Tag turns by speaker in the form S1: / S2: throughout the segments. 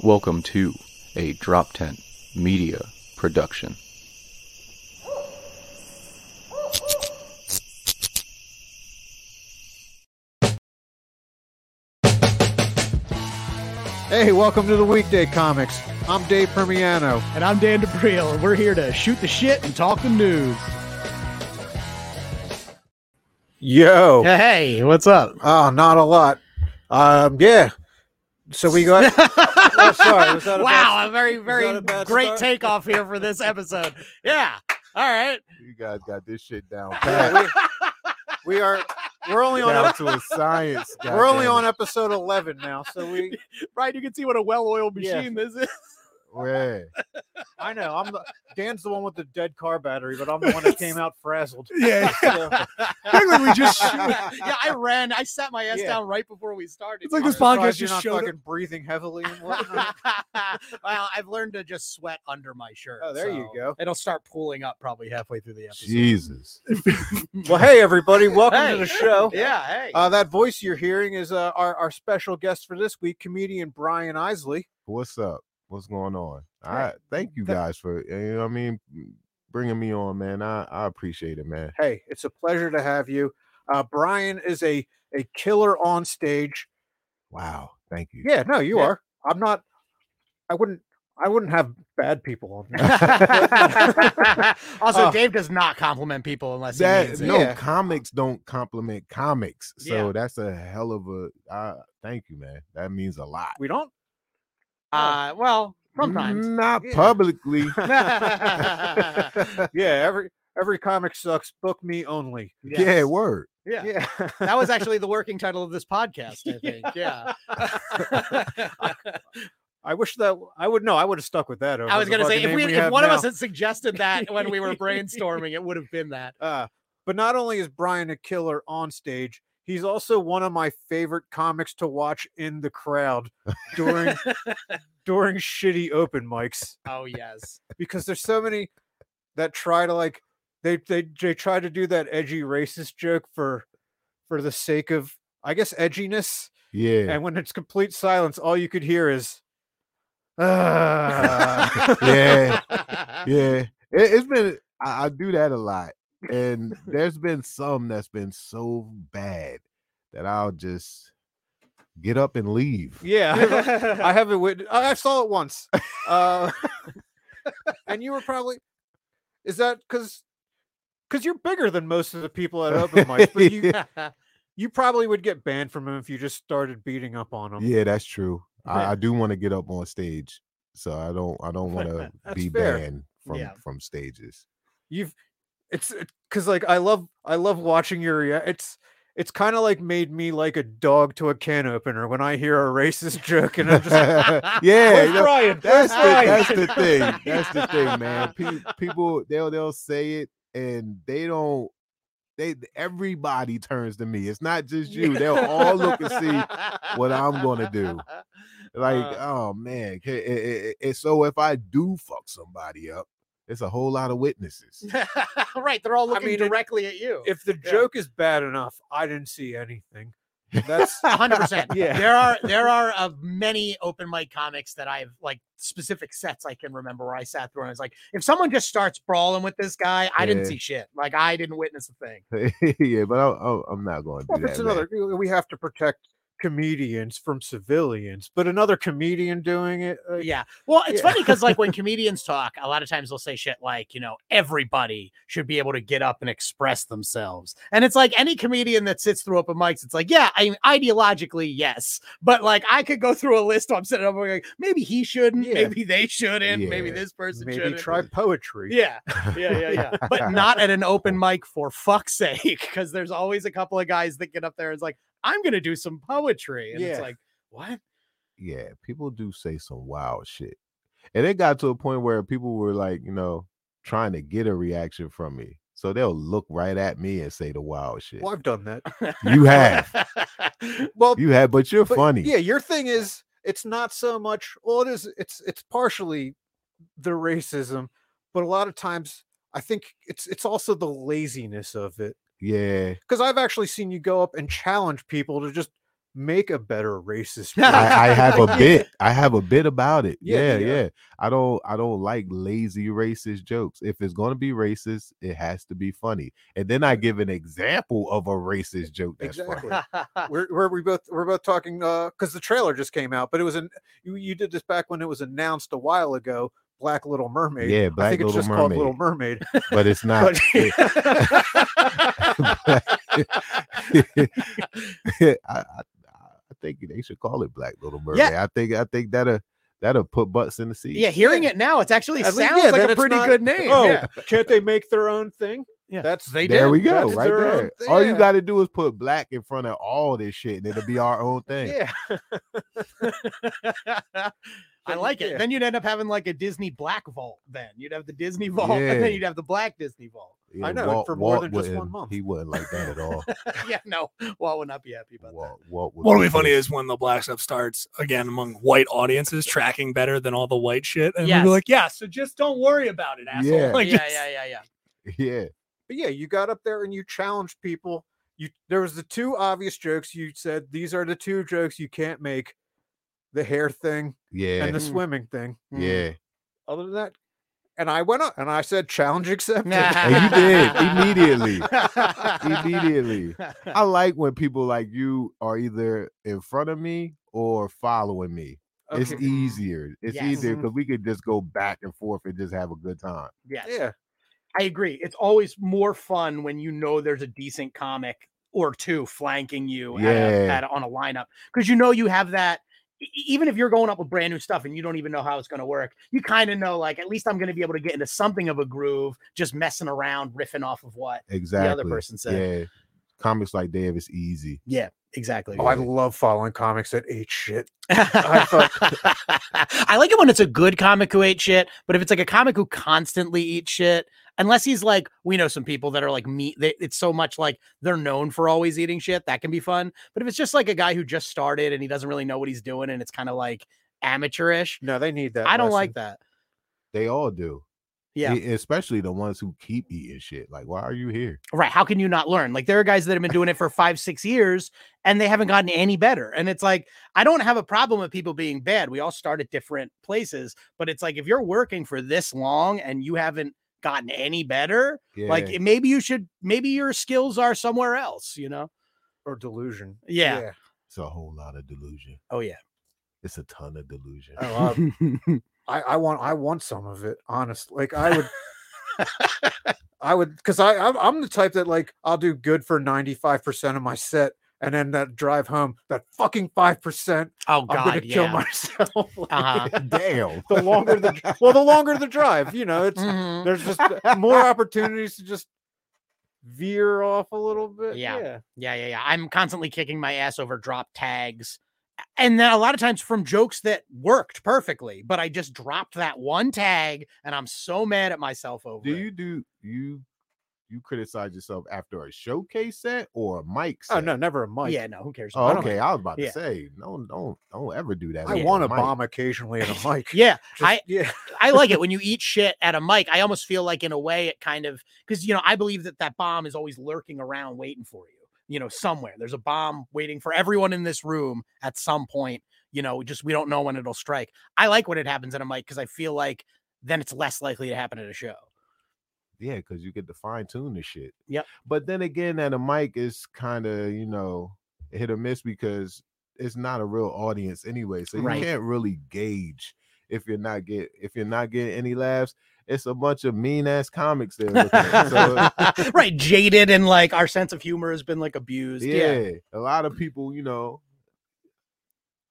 S1: Welcome to a Drop Tent Media Production.
S2: Hey, welcome to the Weekday Comics. I'm Dave Permiano.
S3: And I'm Dan DeBriel, and we're here to shoot the shit and talk the news.
S2: Yo.
S3: Hey, what's up?
S2: Oh, not a lot. Um, yeah. So we got. oh, sorry. Was that a bad-
S3: wow, a very,
S2: that
S3: very
S2: a bad
S3: great
S2: start?
S3: takeoff here for this episode. Yeah. All right.
S4: You guys got this shit down pat.
S2: Yeah, we, we are. We're only on.
S4: down
S2: ep-
S4: to a science.
S2: We're only on
S4: goddamn
S2: episode 11 now, so we.
S3: Right, you can see what a well-oiled
S2: Yeah.
S3: machine this is.
S4: it.
S2: I know. I'm the, Dan's the one with the dead car battery, but I'm the one that came out frazzled.
S3: Yeah.
S2: So,
S3: Apparently we just Yeah, I ran. I sat my ass
S2: Yeah.
S3: down right before we started.
S5: It's like this
S2: I'm
S5: podcast
S2: surprised you're
S5: just
S2: not
S5: showed up-
S2: fucking breathing heavily and whatnot.
S3: well, I've learned to just sweat under my shirt.
S2: Oh, there you
S3: so
S2: go.
S3: It'll start pooling up probably halfway through the episode.
S4: Jesus.
S2: Well, hey everybody, welcome
S3: Hey.
S2: to the show.
S3: Yeah, hey.
S2: Uh, that voice you're hearing is uh, our our special guest for this week, comedian Brian Isley.
S4: What's up? What's going on? I
S2: Hey,
S4: thank you
S2: th-
S4: guys for eh, you know what I mean bringing me on, man. I, I appreciate it, man.
S2: hey, it's a pleasure to have you. Uh, Brian is a a killer on stage.
S4: Wow. Thank you.
S2: Yeah, no, you
S3: Yeah.
S2: are. I'm not. I wouldn't. I wouldn't have bad people on. There.
S3: also,
S2: Oh.
S3: Dave does not compliment people unless he
S4: That
S3: means it.
S4: no
S2: Yeah.
S4: comics don't compliment comics, so
S3: Yeah.
S4: that's a hell of a. Uh, thank you, man. That means a lot.
S2: We don't.
S3: Uh, well,
S4: Mm-hmm.
S3: sometimes.
S4: not
S2: Yeah.
S4: publicly.
S3: yeah.
S2: Yeah, every every comic sucks. Book me only.
S4: Yeah, word.
S2: Yeah.
S3: That was actually the working title of this podcast, I think. Yeah.
S2: I wish that I would know. I would have stuck with that. Over
S3: I was
S2: the
S3: going to say,
S2: fucking
S3: if,
S2: name
S3: we, if
S2: have
S3: one of
S2: now.
S3: us had suggested that when we were brainstorming, it would have been that.
S2: Uh, but not only is Brian a killer on stage, he's also one of my favorite comics to watch in the crowd during during shitty open mics
S3: Oh, yes.
S2: because there's so many that try to like they they they try to do that edgy racist joke for for the sake of I guess edginess,
S4: Yeah.
S2: and when it's complete silence, all you could hear is. "Ah."
S4: yeah. yeah it, has been I, I do that a lot and there's been some that's been so bad that i'll just get up and leave
S2: Yeah, I've- I haven't witnessed. I saw it once, uh, and you were probably. Is that because? Because you're bigger than most of the people at open mics, but you you probably would get banned from them if you just started beating up on them.
S4: yeah that's true
S3: Yeah.
S4: I, I do want to get up on stage so i don't i don't want to
S2: That's
S4: be
S2: fair.
S4: banned from
S3: Yeah.
S4: from stages
S2: You've it's because like I love I love watching your rea- it's. It's kind of like made me like a dog to a can opener when I hear a racist joke and I'm just like,
S4: yeah
S2: "Where's
S4: no,
S2: Brian? Where's
S4: that's the,
S2: Brian?"
S4: that's the thing that's the thing man Pe- people they'll they'll say it and they don't they everybody turns to me it's not just you they'll all look and see what I'm gonna do. like
S3: Uh,
S4: oh man ca- it, it, it- it- so if i do fuck somebody up it's a whole lot of witnesses
S3: right. They're all looking
S2: mean, it-
S3: directly at you.
S2: If the
S3: Yeah.
S2: joke is bad enough, I didn't see anything. That's
S3: hundred percent.
S2: Yeah.
S3: There are there are uh, many open mic comics that I've like specific sets I can remember where I sat through and I was like, if someone just starts brawling with this guy, I didn't
S4: Yeah.
S3: see shit. Like I didn't witness a thing.
S4: yeah but I, I, i'm not going to
S2: Mm. Well,
S4: do
S2: it's
S4: that man.
S2: another. We have to protect comedians from civilians, but another comedian doing it. uh,
S3: Yeah. Well, it's
S2: Yeah.
S3: funny because like when comedians talk, a lot of times they'll say shit like, you know, everybody should be able to get up and express themselves. And it's like any comedian that sits through open mics, it's like, yeah, I mean, ideologically, yes. But like I could go through a list. I'm sitting up like maybe he shouldn't,
S2: Yeah.
S3: maybe they shouldn't, maybe
S4: Yeah.
S3: this person
S2: maybe
S3: shouldn't.
S2: try poetry.
S3: Yeah, yeah, yeah, yeah. but not at an open mic for fuck's sake, because there's always a couple of guys that get up there and is like, I'm gonna do some poetry. And it's
S2: Yeah.
S3: like, what?
S4: yeah people do say some wild shit and it got to a point where people were like you know trying to get a reaction from me so they'll look right at me and say the wild shit
S2: Well, I've done that.
S4: you have
S2: Well,
S4: you have but you're
S2: but
S4: funny
S2: Yeah, your thing is it's not so much. Well, it is. It's it's partially the racism, but a lot of times I think it's it's also the laziness of it.
S4: yeah
S2: Because I've actually seen you go up and challenge people to just make a better racist.
S4: I, I have a
S2: joke.
S4: bit. I have a bit about it.
S2: Yeah,
S4: Yeah, yeah,
S2: yeah.
S4: I don't I don't like lazy racist jokes. If it's gonna be racist, it has to be funny. And then I give an example of a racist joke that's
S2: Exactly.
S4: funny.
S2: We're, we're we both we're both talking because the trailer just came out, but it was an you, you did this back when it was announced a while ago. Black Little Mermaid.
S4: Yeah,
S2: I
S4: Black
S2: think it's
S4: Little
S2: just called
S4: Mermaid.
S2: Little Mermaid.
S4: But it's not
S2: But
S4: it- I, I, I think they should call it Black Little Mermaid. I think I think that'll that'll put butts in the seat.
S3: yeah, hearing it now, it's actually
S2: At least-
S3: sounds
S2: yeah,
S3: like
S2: then
S3: a
S2: it's
S3: pretty
S2: not-
S3: good name.
S2: oh,
S3: yeah.
S2: can't they make their own thing?
S3: Yeah.
S2: that's
S3: They
S4: There
S3: did.
S4: we go,
S2: That's
S4: right
S2: their own
S4: there. All you
S2: thing.
S4: got to do is put black in front of all this shit, and it'll be our own thing.
S2: Yeah,
S3: I
S2: Then-
S3: like it.
S2: yeah.
S3: Then you'd end up having like a Disney Black Vault. Then you'd have the Disney Vault,
S4: Yeah.
S3: and then you'd have the Black Disney Vault.
S4: Yeah,
S2: I know, and for more than just one
S4: wouldn't-
S2: month.
S4: He wouldn't like that at all.
S3: yeah, no, Walt would not be happy about
S4: Walt, Walt would
S5: What will
S4: be
S5: be funny
S4: pissed.
S5: is when the black stuff starts again among white audiences tracking better than all the white shit, and
S3: Yes.
S5: we're like, yeah, so just don't worry about it, asshole.
S4: Yeah.
S3: that.
S5: Like,
S3: yeah,
S5: just-
S3: yeah, yeah, yeah.
S4: yeah,
S2: but yeah, you got up there and you challenged people. You there was the two obvious jokes. You said these are the two jokes you can't make: the hair thing
S4: yeah,
S2: and Mm. the
S3: Mm.
S2: swimming thing. Hmm.
S4: yeah.
S2: Other than that, and I went up and I said, "Challenge accepted."
S4: And you did immediately,
S3: Immediately.
S4: immediately. I like when people like you are either in front of me or following me. It's
S2: Okay,
S4: easier. It's
S3: Yes.
S4: easier
S2: Mhm.
S4: because we could just go back and forth and just have a good time.
S3: yes.
S2: Yeah,
S3: I agree. It's always more fun when you know there's a decent comic or two flanking you at a,
S4: Yeah.
S3: at a- on a lineup because you know you have that. e- e- Even if you're going up with brand new stuff and you don't even know how it's going to work, you kind of know like at least I'm going to be able to get into something of a groove, just messing around, riffing off of what
S4: Exactly.
S3: the other person said.
S4: Yeah. Comics like Dave is easy.
S3: Yeah, exactly.
S2: Oh, I love following comics that ate shit.
S3: I, like it when it's a good comic who ate shit, but if it's like a comic who constantly eats shit, unless he's like, we know some people that are like meat, they, it's so much like they're known for always eating shit. That can be fun. But if it's just like a guy who just started and he doesn't really know what he's doing and it's kind of like amateurish,
S2: No, they need that.
S3: I don't
S2: lesson.
S3: like that.
S4: They all do.
S3: Yeah.
S4: E- Especially the ones who keep eating shit. Like, why are you here?
S3: Right. How can you not learn? Like there are guys that have been doing it for five, six years and they haven't gotten any better. And it's like, I don't have a problem with people being bad. We all start at different places, but it's like if you're working for this long and you haven't gotten any better,
S4: Yeah.
S3: like it- maybe you should maybe your skills are somewhere else, you know?
S2: or delusion.
S3: Yeah.
S4: it's a whole lot of delusion.
S3: Oh yeah.
S4: It's a ton of delusion.
S2: Oh, I- I, I want I want some of it, honestly. Like I would I would because I I'm, I'm the type that like I'll do good for 95% of my set and then that drive home, that fucking five percent,
S3: oh
S2: I'm gonna
S3: god,
S2: kill
S3: yeah.
S2: myself. Like,
S3: Uh-huh.
S4: Damn.
S2: The longer the dr- well, the longer the drive, you know, it's
S3: Mhm.
S2: there's just uh, more opportunities to just veer off a little bit.
S3: Yeah. Yeah, yeah, yeah. I'm constantly kicking my ass over drop tags. And then a lot of times from jokes that worked perfectly, but I just dropped that one tag and I'm so mad at myself over
S4: Do
S3: it.
S4: you do you you criticize yourself after a showcase set or a mic set?
S2: Oh no, never a mic.
S3: yeah, no, who cares?
S4: Oh,
S3: I don't-
S4: okay. I was about
S3: yeah.
S4: to say, no, don't don't ever do that.
S2: I
S4: with
S2: want
S4: a
S2: to
S4: mic.
S2: bomb occasionally in a mic.
S3: Yeah,
S2: Just-
S3: I-
S2: yeah.
S3: I like it when you eat shit at a mic. I almost feel like, in a way, it kind of because you know I believe that that bomb is always lurking around, waiting for you. You know, somewhere there's a bomb waiting for everyone in this room at some point. You know, just we don't know when it'll strike. I like when it happens at a mic because I feel like then it's less likely to happen at a show.
S4: Yeah, because you get to fine tune the shit.
S3: Yep.
S4: But then again, at a mic is kind of you know hit or miss because it's not a real audience anyway, so you
S3: Right.
S4: can't really gauge if you're not get if you're not getting any laughs. It's a bunch of mean ass comics there. looking at you, So uh,
S3: right, jaded and like our sense of humor has been like abused.
S4: yeah,
S3: Yeah,
S4: a lot of people, you know,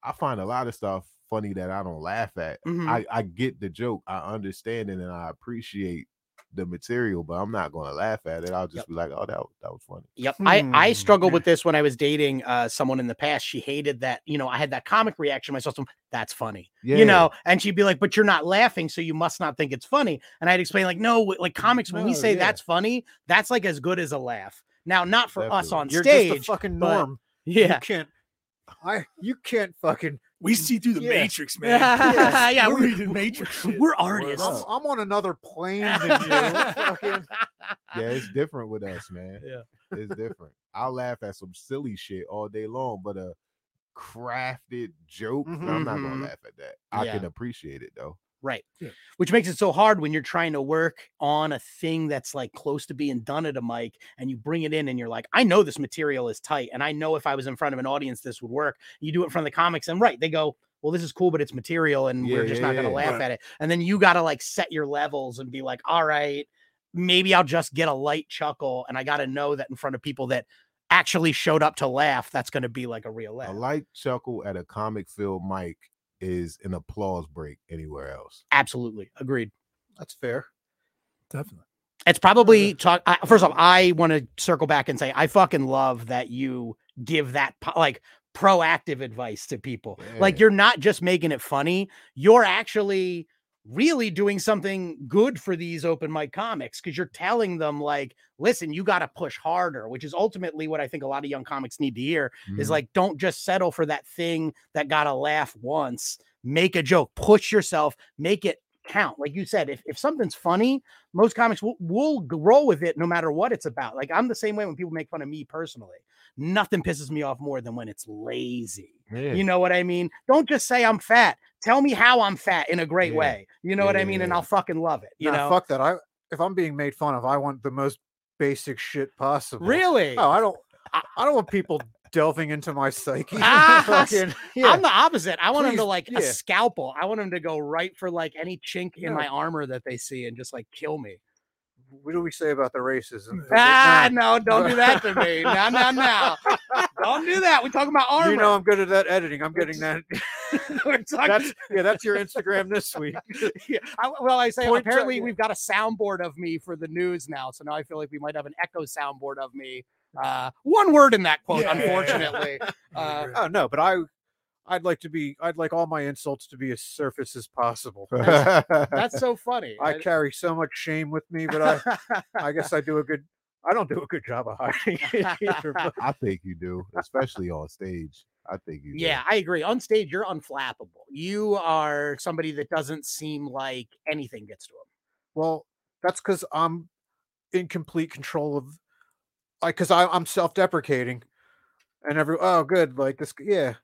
S4: I find a lot of stuff funny that I don't laugh at.
S3: Mhm.
S4: I, I get the joke, I understand it, and I appreciate the material, but I'm not gonna laugh at it. I'll just
S3: Yep.
S4: be like, oh, that was- that was funny.
S3: Yep. I, I
S2: Hmm.
S3: struggled with this when I was dating uh, someone in the past. She hated that, you know, I had that comic reaction myself. some, That's funny,
S4: Yeah.
S3: you know, and she'd be like, but you're not laughing. So you must not think it's funny. And I'd explain like, no, w- like comics, when we
S4: No,
S3: say
S4: yeah.
S3: that's funny, that's like as good as a laugh. Now, not for us
S4: Definitely.
S3: on
S2: You're
S3: stage.
S2: just a fucking
S3: but-
S2: norm.
S3: yeah.
S2: You can't I you can't fucking
S5: we see through the
S2: Yeah.
S5: matrix, man.
S3: Yeah, yeah,
S5: we're,
S3: we-
S5: reading matrix. shit.
S3: we're
S5: Word
S3: artists.
S5: up.
S2: I'm, I'm on another plane than you. Fucking-
S4: yeah, it's different with us, man.
S3: Yeah.
S4: It's different. I laugh at some silly shit all day long, but a crafted joke, I'm not
S3: Mhm.
S4: gonna laugh at that. I
S3: Yeah.
S4: can appreciate it though.
S3: Right.
S5: Yeah.
S3: Which makes it so hard when you're trying to work on a thing that's like close to being done at a mic and you bring it in and you're like, I know this material is tight and I know if I was in front of an audience, this would work. You do it in front of the comics and right, they go, well, this is cool, but it's material and we're
S4: Yeah,
S3: just
S4: yeah,
S3: not going to
S4: yeah.
S3: laugh
S5: Right.
S3: at it. And then you got to like set your levels and be like, all right, maybe I'll just get a light chuckle. And I got to know that in front of people that actually showed up to laugh, that's going to be like a real laugh.
S4: A light chuckle at a comic field mic is an applause break anywhere else.
S3: Absolutely. Agreed.
S2: That's fair.
S5: Definitely.
S3: It's probably talk. I, first off, I want to circle back and say I fucking love that you give that po- like proactive advice to people. Like
S4: Yeah.
S3: you're not just making it funny; you're actually really doing something good for these open mic comics because you're telling them like, listen, you got to push harder, which is ultimately what I think a lot of young comics need to hear is
S4: Mm-hmm. Mm,
S3: like don't just settle for that thing that got a laugh once make a joke push yourself make it count like you said if, if something's funny most comics will, will grow with it no matter what it's about like i'm the same way when people make fun of me personally nothing pisses me off more than when it's lazy
S4: Yeah.
S3: you know what i mean don't just say i'm fat tell me how i'm fat in a great
S4: Yeah.
S3: way you know
S4: Yeah,
S3: what i
S4: yeah,
S3: mean and
S4: yeah.
S3: i'll fucking love it you
S2: Nah,
S3: know
S2: fuck that. I if I'm being made fun of, I want the most basic shit possible.
S3: really
S2: Oh, I don't. I I don't want people delving into my psyche.
S3: Ah, s-
S2: Fucking- yeah.
S3: I'm the opposite. I want him to
S2: Please,
S3: like
S2: yeah.
S3: a scalpel. I want him to go right for like any chink in
S2: No.
S3: my armor that they see and just like kill me.
S2: what do we say about the racism? Is it-
S3: Ah,
S2: nah,
S3: no, don't do that to me. No, no, no. Don't do that. We're talking about armor.
S2: You know I'm good at that editing. I'm getting that.
S3: We're talking-
S2: That's yeah. That's your Instagram this week.
S3: yeah. I, well, I say
S2: Point to-
S3: apparently
S2: yeah.
S3: we've got a soundboard of me for the news now. So now I feel like we might have an echo soundboard of me. Uh, one word in that quote,
S5: Yeah, yeah, yeah.
S3: unfortunately. Uh,
S2: Oh no, but I, I'd like to be. I'd like all my insults to be as surface as possible.
S3: That's so funny.
S2: I uh, carry so much shame with me, but I, I guess I do a good. I don't do a good job of hiding it either. But
S4: I think you do, especially on stage. I think you. do.
S3: Yeah, I agree. On stage, you're unflappable. You are somebody that doesn't seem like anything gets to him.
S2: Well, that's because I'm in complete control of, like, because I'm self-deprecating, and every oh good like this yeah,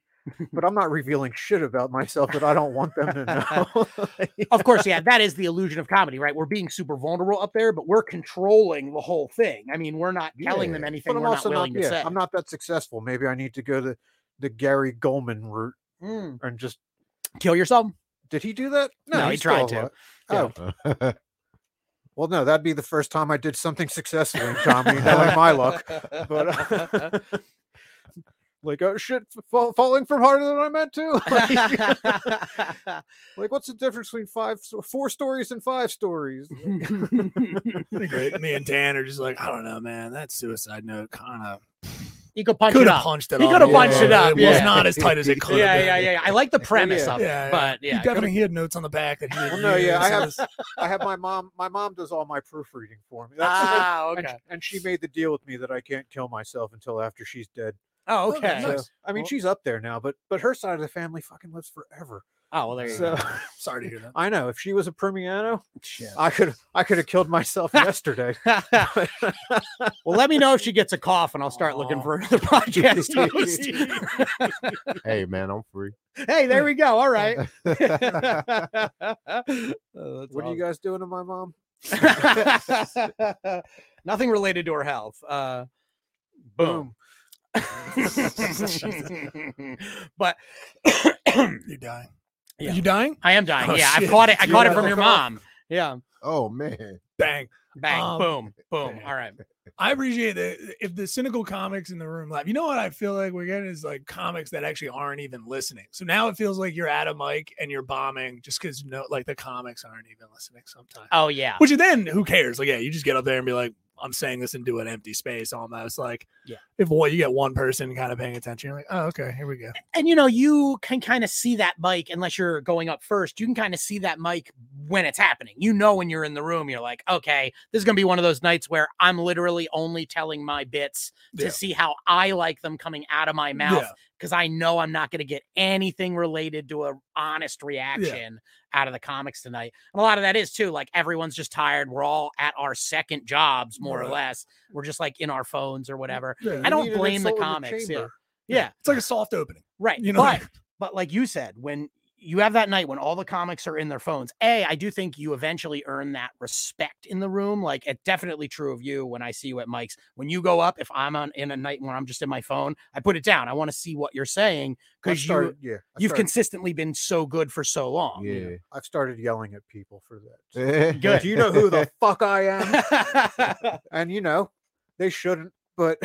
S2: but I'm not revealing shit about myself that I don't want them to know. Like,
S3: Of course, yeah, that is the illusion of comedy, right? We're being super vulnerable up there, but we're controlling the whole thing. I mean, we're not telling them
S4: Yeah,
S3: anything
S2: but I'm
S3: we're not
S2: also not
S3: willing to say.
S2: yeah, I'm not that successful. Maybe I need to go the the Gary Goldman route
S3: Mm.
S2: and just
S3: Kill yourself.
S2: did he do that?
S3: No, he
S2: he's still alive.
S3: tried to. Yeah.
S2: Oh well, no, that'd be the first time I did something successful in comedy. that ain't my luck. but uh, like oh shit f- fall, falling from harder than i meant to like, uh, like, what's the difference between five sto- four stories and five stories
S5: Great. Me and Dan are just like, I don't know, man. That suicide note kind of
S3: you could punch
S5: could
S3: it
S5: have
S3: up.
S5: punched it.
S3: He
S5: up
S3: coulda
S5: a
S4: punched
S5: little.
S4: it
S3: up,
S5: It was
S3: yeah.
S5: not as tight as it
S3: Yeah,
S5: could have been.
S3: yeah, yeah, yeah. I like the premise
S2: yeah.
S3: of
S5: Yeah, yeah.
S3: it, but yeah,
S5: He definitely he had notes on the back that he didn't.
S2: Well, no, yeah,
S5: use,
S2: I have-
S5: and this-
S2: i have my mom my mom does all my proofreading for me That's- and-
S3: Ah,
S2: and,
S3: okay.
S2: and she made the deal with me that i can't kill myself until after she's dead
S3: Oh,
S5: Oh,
S3: okay.
S5: nice.
S2: so, i mean
S3: Well-
S2: she's up there now but but her side of the family fucking lives forever
S3: Oh, well, there you
S2: so
S3: go.
S5: Sorry to hear that.
S2: i know if she was a premiano
S3: Shit.
S2: i could i could have killed myself yesterday
S3: well, let me know if she gets a cough, and I'll start looking
S5: Aw.
S3: for another podcast host.
S4: hey man, I'm free.
S3: hey, there we go. All right. Oh,
S2: what are you guys doing to my mom
S3: guys? Nothing related to her health. Uh, boom. but
S5: You're dying.
S3: Yeah.
S5: Are you dying?
S3: I am dying.
S5: Oh,
S3: yeah, I
S5: shit.
S3: caught it. I
S5: You
S3: caught it
S5: got
S3: from
S5: the
S3: your
S5: cough?
S3: mom. Yeah.
S4: Oh man,
S5: Bang.
S3: Bang.
S5: Um,
S3: boom. Boom. All right.
S5: I appreciate that if the cynical comics in the room laugh. You know what I feel like we're getting is like comics that actually aren't even listening. So now it feels like you're at a mic and you're bombing just because no, like the comics aren't even listening sometimes.
S3: Oh yeah.
S5: Which then who cares? Like yeah, you just get up there and be like, I'm saying this into an empty space almost. Like
S3: Yeah.
S5: if well, you get one person kind of paying attention, you're like, oh okay, here we go.
S3: and you know you can kind of see that mic unless you're going up first you can kind of see that mic when it's happening you know when you're in the room you're like okay this is going to be one of those nights where i'm literally only telling my bits to
S5: Yeah.
S3: see how i like them coming out of my mouth
S5: Yeah.
S3: because i know i'm not going to get anything related to a honest reaction out of the comics tonight and a lot of that is too like everyone's just tired we're all at our second jobs more or
S5: Right.
S3: less we're just like in our phones or whatever
S5: Yeah.
S3: I
S2: You
S3: don't
S2: need an
S3: blame the
S2: insult in
S3: comics, yeah.
S2: chamber.
S3: Yeah.
S5: It's like a soft opening.
S3: Right.
S5: You know,
S3: but, but like you said, when you have that night when all the comics are in their phones, A, I do think you eventually earn that respect in the room. Like it's definitely true of you when I see you at Mike's. When you go up, if I'm on in a night when I'm just in my phone, I put it down. I want to see what you're saying
S2: I
S3: because you
S2: started- yeah, I
S3: you've
S2: started-
S3: consistently been so good for so long.
S4: Yeah.
S2: I've started yelling at people for that.
S3: Good.
S2: Do you know who the fuck I am? And you know, they shouldn't. But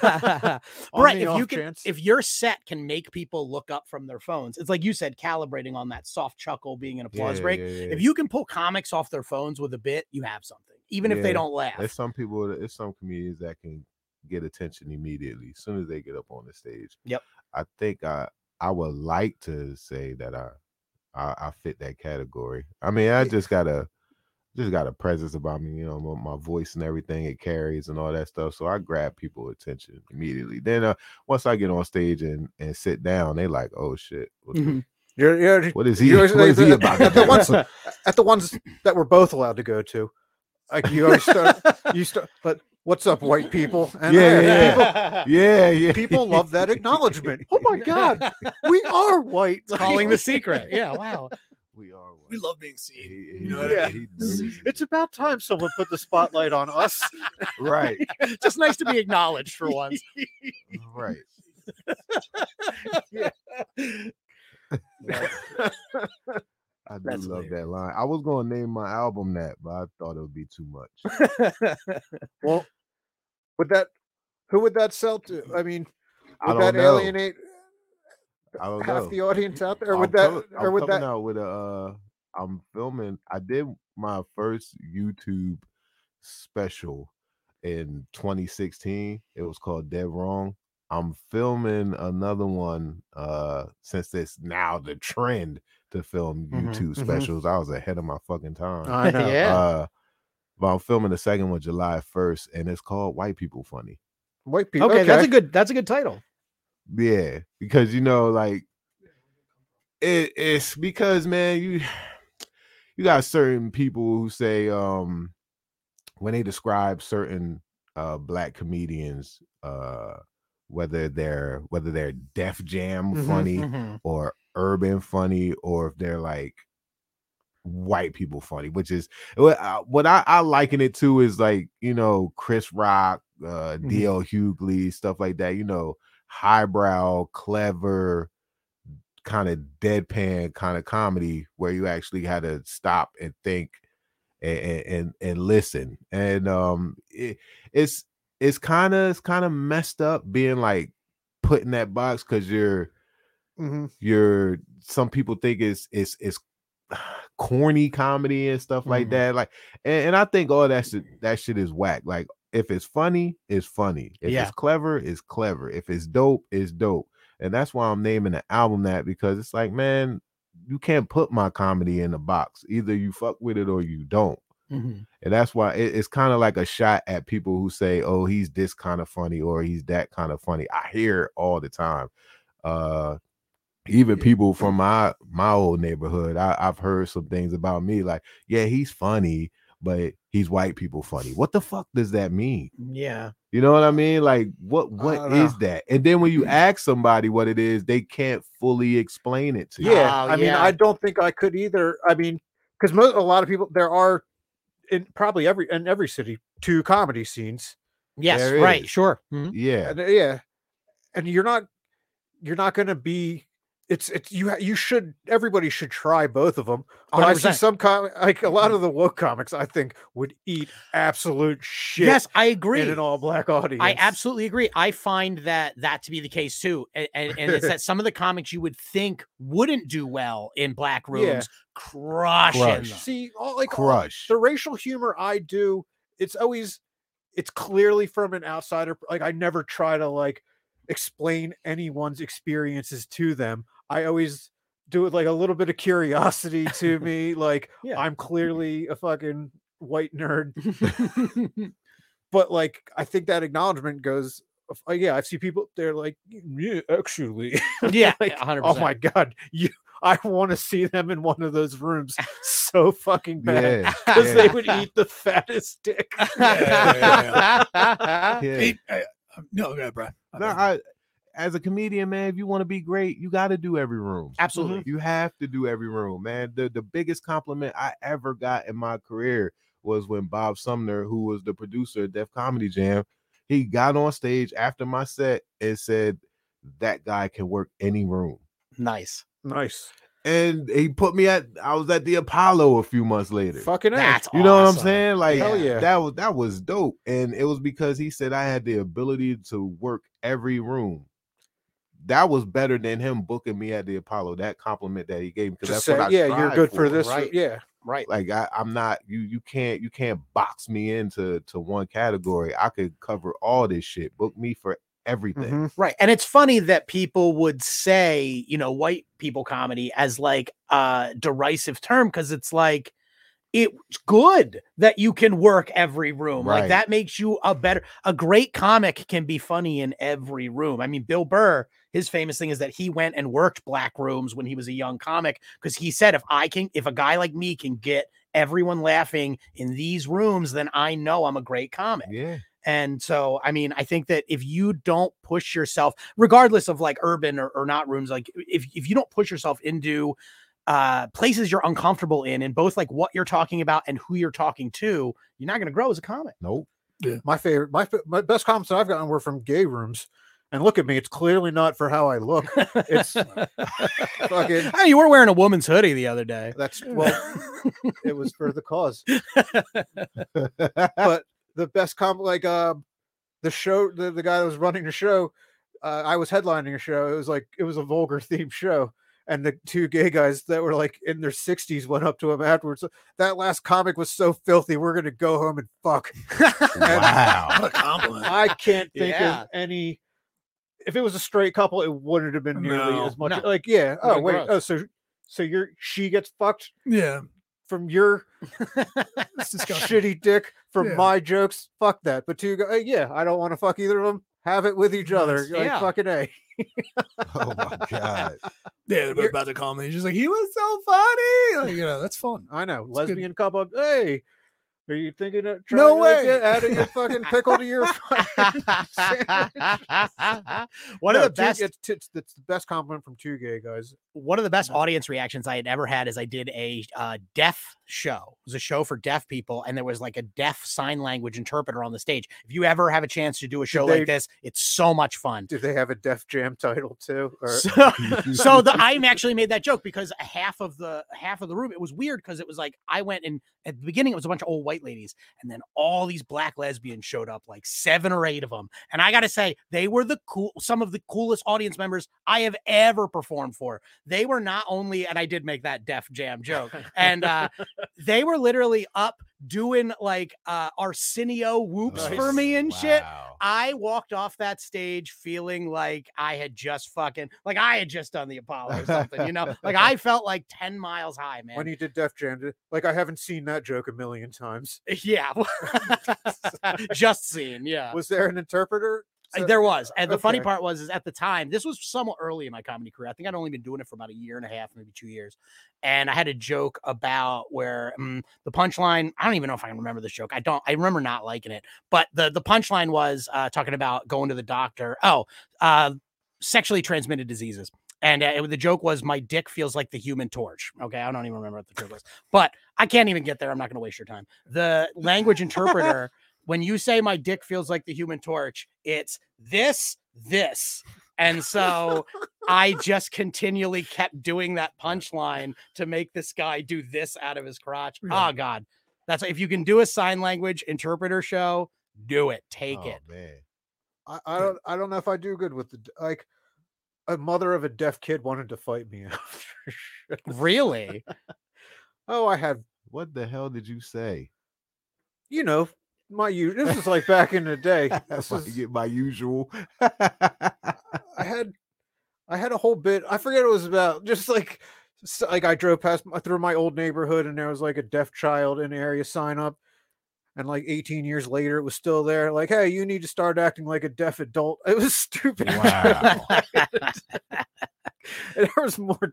S3: But
S2: On
S3: right,
S2: the
S3: if
S2: off
S3: you can,
S2: chance.
S3: if your set can make people look up from their phones, it's like you said, calibrating on that soft chuckle, being an applause
S4: Yeah,
S3: break.
S4: yeah, yeah.
S3: If you can pull comics off their phones with a bit, you have something, even if they
S4: Yeah,
S3: don't laugh.
S4: There's some people, that- there's some comedians that can get attention immediately as soon as they get up on the stage.
S3: Yep.
S4: I think I I would like to say that I I, I fit that category. I mean, I just got a just got a presence about me, you know, my, my voice and everything it carries and all that stuff. So I grab people attention immediately. Then uh, once I get on stage and and sit down, they like, oh shit, what, the-
S3: Mhm.
S2: you're, you're,
S4: what is he?
S2: you're-
S4: What is
S2: the-
S4: he about? to
S2: at the
S4: do?
S2: ones at the ones that we're both allowed to go to. Like you always start, you start. But what's up, white people? And
S4: Yeah,
S2: hey,
S4: yeah,
S2: people,
S4: yeah, yeah.
S2: people love that acknowledgement. Oh my god, we are white.
S3: Calling the secret. Yeah. Wow.
S4: We are. one.
S5: We love being seen.
S4: He-
S5: You
S4: he
S5: know
S4: know-
S5: what I
S4: he knows
S2: It's it's about time someone put the spotlight on us.
S4: it. right,
S3: Just nice to be acknowledged for once.
S4: right. I do
S3: That's
S4: love that line. I was gonna name my album that, but I thought it would be too much.
S2: Well, would that who would that sell to? I mean,
S4: I
S2: would
S4: don't
S2: that
S4: know.
S2: alienate
S4: I don't
S2: half
S4: know.
S2: the audience out there? Or
S4: I'm
S2: would that
S4: coming- I'm
S2: or would
S4: coming
S2: that
S4: out with a? Uh, I'm filming. I did my first YouTube special in 2016. It was called Dead Wrong. I'm filming another one uh since it's now the trend to film
S3: Mhm,
S4: YouTube
S2: mhm.
S4: specials. I was ahead of my fucking time.
S2: I know.
S3: Yeah.
S4: Uh, but I'm filming the second one July 1st, and it's called White People Funny.
S2: White people.
S3: okay, that's a good that's a good title.
S4: Yeah, because you know, like it, it's because man, you you got certain people who say um when they describe certain uh black comedians uh whether they're whether they're def jam
S2: Mhm,
S4: funny or urban funny or if they're like white people funny which is what I, what I, I liken it to is like you know chris rock uh
S2: Mhm.
S4: dl hughley stuff like that you know highbrow clever kind of deadpan kind of comedy where you actually had to stop and think and and and, and listen and um it, it's it's kind of it's kind of messed up being like put in that box because you're
S2: Mhm.
S4: your some people think it's it's it's corny comedy and stuff like
S3: Mhm.
S4: that. Like, and, and I think all that shit that shit is whack. Like, if it's funny, it's funny. If
S3: Yeah.
S4: it's clever, it's clever. If it's dope, it's dope. And that's why I'm naming the album that because it's like, man, you can't put my comedy in a box. Either you fuck with it or you don't.
S3: Mhm.
S4: And that's why it- it's kind of like a shot at people who say, "Oh, he's this kind of funny," or "He's that kind of funny." I hear it all the time. Uh, even people from my my old neighborhood, I, I've heard some things about me, like, "Yeah, he's funny, but he's white people funny." What the fuck does that mean?
S3: Yeah.
S4: You know what I mean? Like, what what
S2: don't
S4: is that? And then when you ask somebody what it is, they can't fully explain it to you.
S2: Yeah,
S3: Oh,
S2: I mean,
S3: yeah.
S2: I don't think I could either. I mean, because most a lot of people there are in probably every in every city two comedy scenes.
S3: Yes,
S4: There
S3: right,
S4: is.
S3: sure.
S4: Yeah,
S2: And, uh, yeah, and you're not you're not going to be. It's it's you ha- you should everybody should try both of them. But I see
S3: 100%.
S2: some com- like a
S3: Mm-hmm.
S2: lot of the woke comics I think would eat absolute shit
S3: Yes, I agree.
S2: in an all black audience.
S3: I absolutely agree. I find that that to be the case too, and and, and it's that some of the comics you would think wouldn't do well in black rooms
S2: Yeah.
S3: crushing
S4: Crush.
S3: them.
S2: see all like all-
S4: crush.
S2: the racial humor I do, it's always it's clearly from an outsider. Like I never try to like explain anyone's experiences to them. I always do it like a little bit of curiosity to me. Like
S3: Yeah.
S2: I'm clearly a fucking white nerd, but like I think that acknowledgement goes. of- uh, yeah, I've seen people. They're like, yeah, actually.
S3: yeah,
S2: Like,
S3: hundred
S2: Oh my god, you! I want to see them in one of those rooms so fucking bad
S4: Yeah,
S2: because
S4: yeah.
S2: they would eat the fattest dick.
S5: Yeah, yeah,
S4: yeah.
S5: Hey, I- I- no, go um, ahead, Brian.
S4: No, I as a comedian, man, if you want to be great, you got to do every room.
S3: Absolutely.
S4: You have to do every room, man. The the biggest compliment I ever got in my career was when Bob Sumner, who was the producer at Def Comedy Jam, he got on stage after my set and said, "That guy can work any room."
S3: Nice.
S2: Nice.
S4: And he put me at I was at the Apollo a few months later.
S2: Fucking A.
S3: That's
S4: You know what I'm
S3: awesome.
S4: saying? Like
S2: Hell yeah.
S4: that was that was dope. And it was because he said I had the ability to work every room. That was better than him booking me at the Apollo. That compliment that he gave me. 'cause
S2: Just
S4: that's
S2: say,
S4: what I
S2: yeah, you're
S4: strive
S2: good for this. uh,
S4: right?
S2: Yeah.
S3: Right.
S4: Like I, I'm not you you can't you can't box me into to one category. I could cover all this shit. Book me for everything.
S2: Mhm.
S3: Right. And it's funny that people would say, you know, white people comedy as like a derisive term because it's like, it's good that you can work every room.
S4: Right.
S3: Like that makes you a better, a great comic can be funny in every room. I mean, Bill Burr, his famous thing is that he went and worked black rooms when he was a young comic because he said, if I can, if a guy like me can get everyone laughing in these rooms, then I know I'm a great comic.
S2: Mm-hmm.
S4: Yeah.
S3: And so, I mean, I think that if you don't push yourself, regardless of like urban or, or not rooms, like if, if you don't push yourself into uh, places you're uncomfortable in, and both like what you're talking about and who you're talking to, you're not going to grow as a comic.
S4: Nope.
S2: My favorite, my, fa- my best comments that I've gotten were from gay rooms. And look at me. It's clearly not for how I look. It's fucking.
S3: Hey, you were wearing a woman's hoodie the other day.
S2: That's well, it was for the cause. but the best comp like um the show the, the guy that was running the show uh, i was headlining a show it was like it was a vulgar themed show and the two gay guys that were like in their 60s went up to him afterwards that last comic was so filthy we're gonna go home and fuck and
S4: wow.
S5: What a compliment.
S2: i can't think
S3: Yeah.
S2: of any if it was a straight couple it wouldn't have been nearly
S5: No,
S2: as much
S3: no.
S2: like yeah oh
S3: been
S2: wait
S3: gross.
S2: oh so so your she gets fucked
S5: Yeah. from
S2: your
S5: it's disgusting.
S2: shitty dick from
S5: Yeah.
S2: my jokes. Fuck that. But two, go- yeah, I don't want to fuck either of them. Have it with each other.
S3: Nice.
S2: Like,
S3: Yeah.
S2: fucking a.
S4: oh my god.
S5: Yeah, they're
S2: You're-
S5: about to call me. He's just like, he was so funny. Like, you know, that's fun.
S2: I know.
S5: good.
S2: lesbian couple. Hey, are you thinking of trying
S5: No
S2: to like,
S5: way.
S2: get- adding your fucking pickle to your? fucking-
S3: one of
S2: No,
S3: the
S2: two-
S3: best
S2: It's, it's, it's the best compliment from two gay guys.
S3: one of the best audience reactions I had ever had is I did a uh, deaf show. It was a show for deaf people, and there was like a deaf sign language interpreter on the stage. If you ever have a chance to do a show
S2: they-
S3: like this, it's so much fun.
S2: Do they have a Def Jam title too? Or
S3: So, so the I'm actually made that joke because a half of the half of the room it was weird because it was like I went and at the beginning it was a bunch of old white ladies and then all these black lesbians showed up like seven or eight of them and I got to say they were the cool some of the coolest audience members I have ever performed for. They were not only and I did make that Def Jam joke and uh they were literally up doing like uh Arsenio whoops for
S2: Nice.
S3: me and shit
S4: Wow.
S3: I walked off that stage feeling like I had just fucking like I had just done the Apollo or something, you know? Like I felt like 10 miles high, man.
S2: when you did Def Jam, did- like I haven't seen that joke a million times.
S3: yeah. just seen, yeah.
S2: Was there an interpreter?
S3: Uh,
S2: So-
S3: there was. And the funny
S2: okay.
S3: part was is at the time, this was somewhat early in my comedy career. I think I'd only been doing it for about a year and a half, maybe two years. And I had a joke about where mm, the punchline, I don't even know if I can remember this joke. I don't, I remember not liking it, but the, the punchline was uh, talking about going to the doctor. Oh, uh, sexually transmitted diseases. And uh, it- the joke was my dick feels like the human torch. Okay. I don't even remember what the joke was, but I can't even get there. I'm not going to waste your time. The language interpreter when you say my dick feels like the human torch, it's this, this. And so I just continually kept doing that punchline to make this guy do this out of his crotch.
S5: Yeah.
S3: Oh God. That's if you can do a sign language interpreter show, do it. Take
S4: Oh,
S3: it.
S4: man.
S2: I, I don't. I don't know if I do good with the d- like. A mother of a deaf kid wanted to fight me. after show.
S3: Really?
S2: oh, I had
S4: What the hell did you say?
S2: you know, my you. This is like back in the day. This
S4: my,
S2: is-
S4: u- my usual.
S2: I had, I had a whole bit. I forget what it was about. Just like, s- like I drove past my- through my old neighborhood, and there was like a deaf child in the area sign up, and like 18 years later, it was still there. Like, hey, you need to start acting like a deaf adult. It was stupid.
S4: Wow.
S2: and there was more.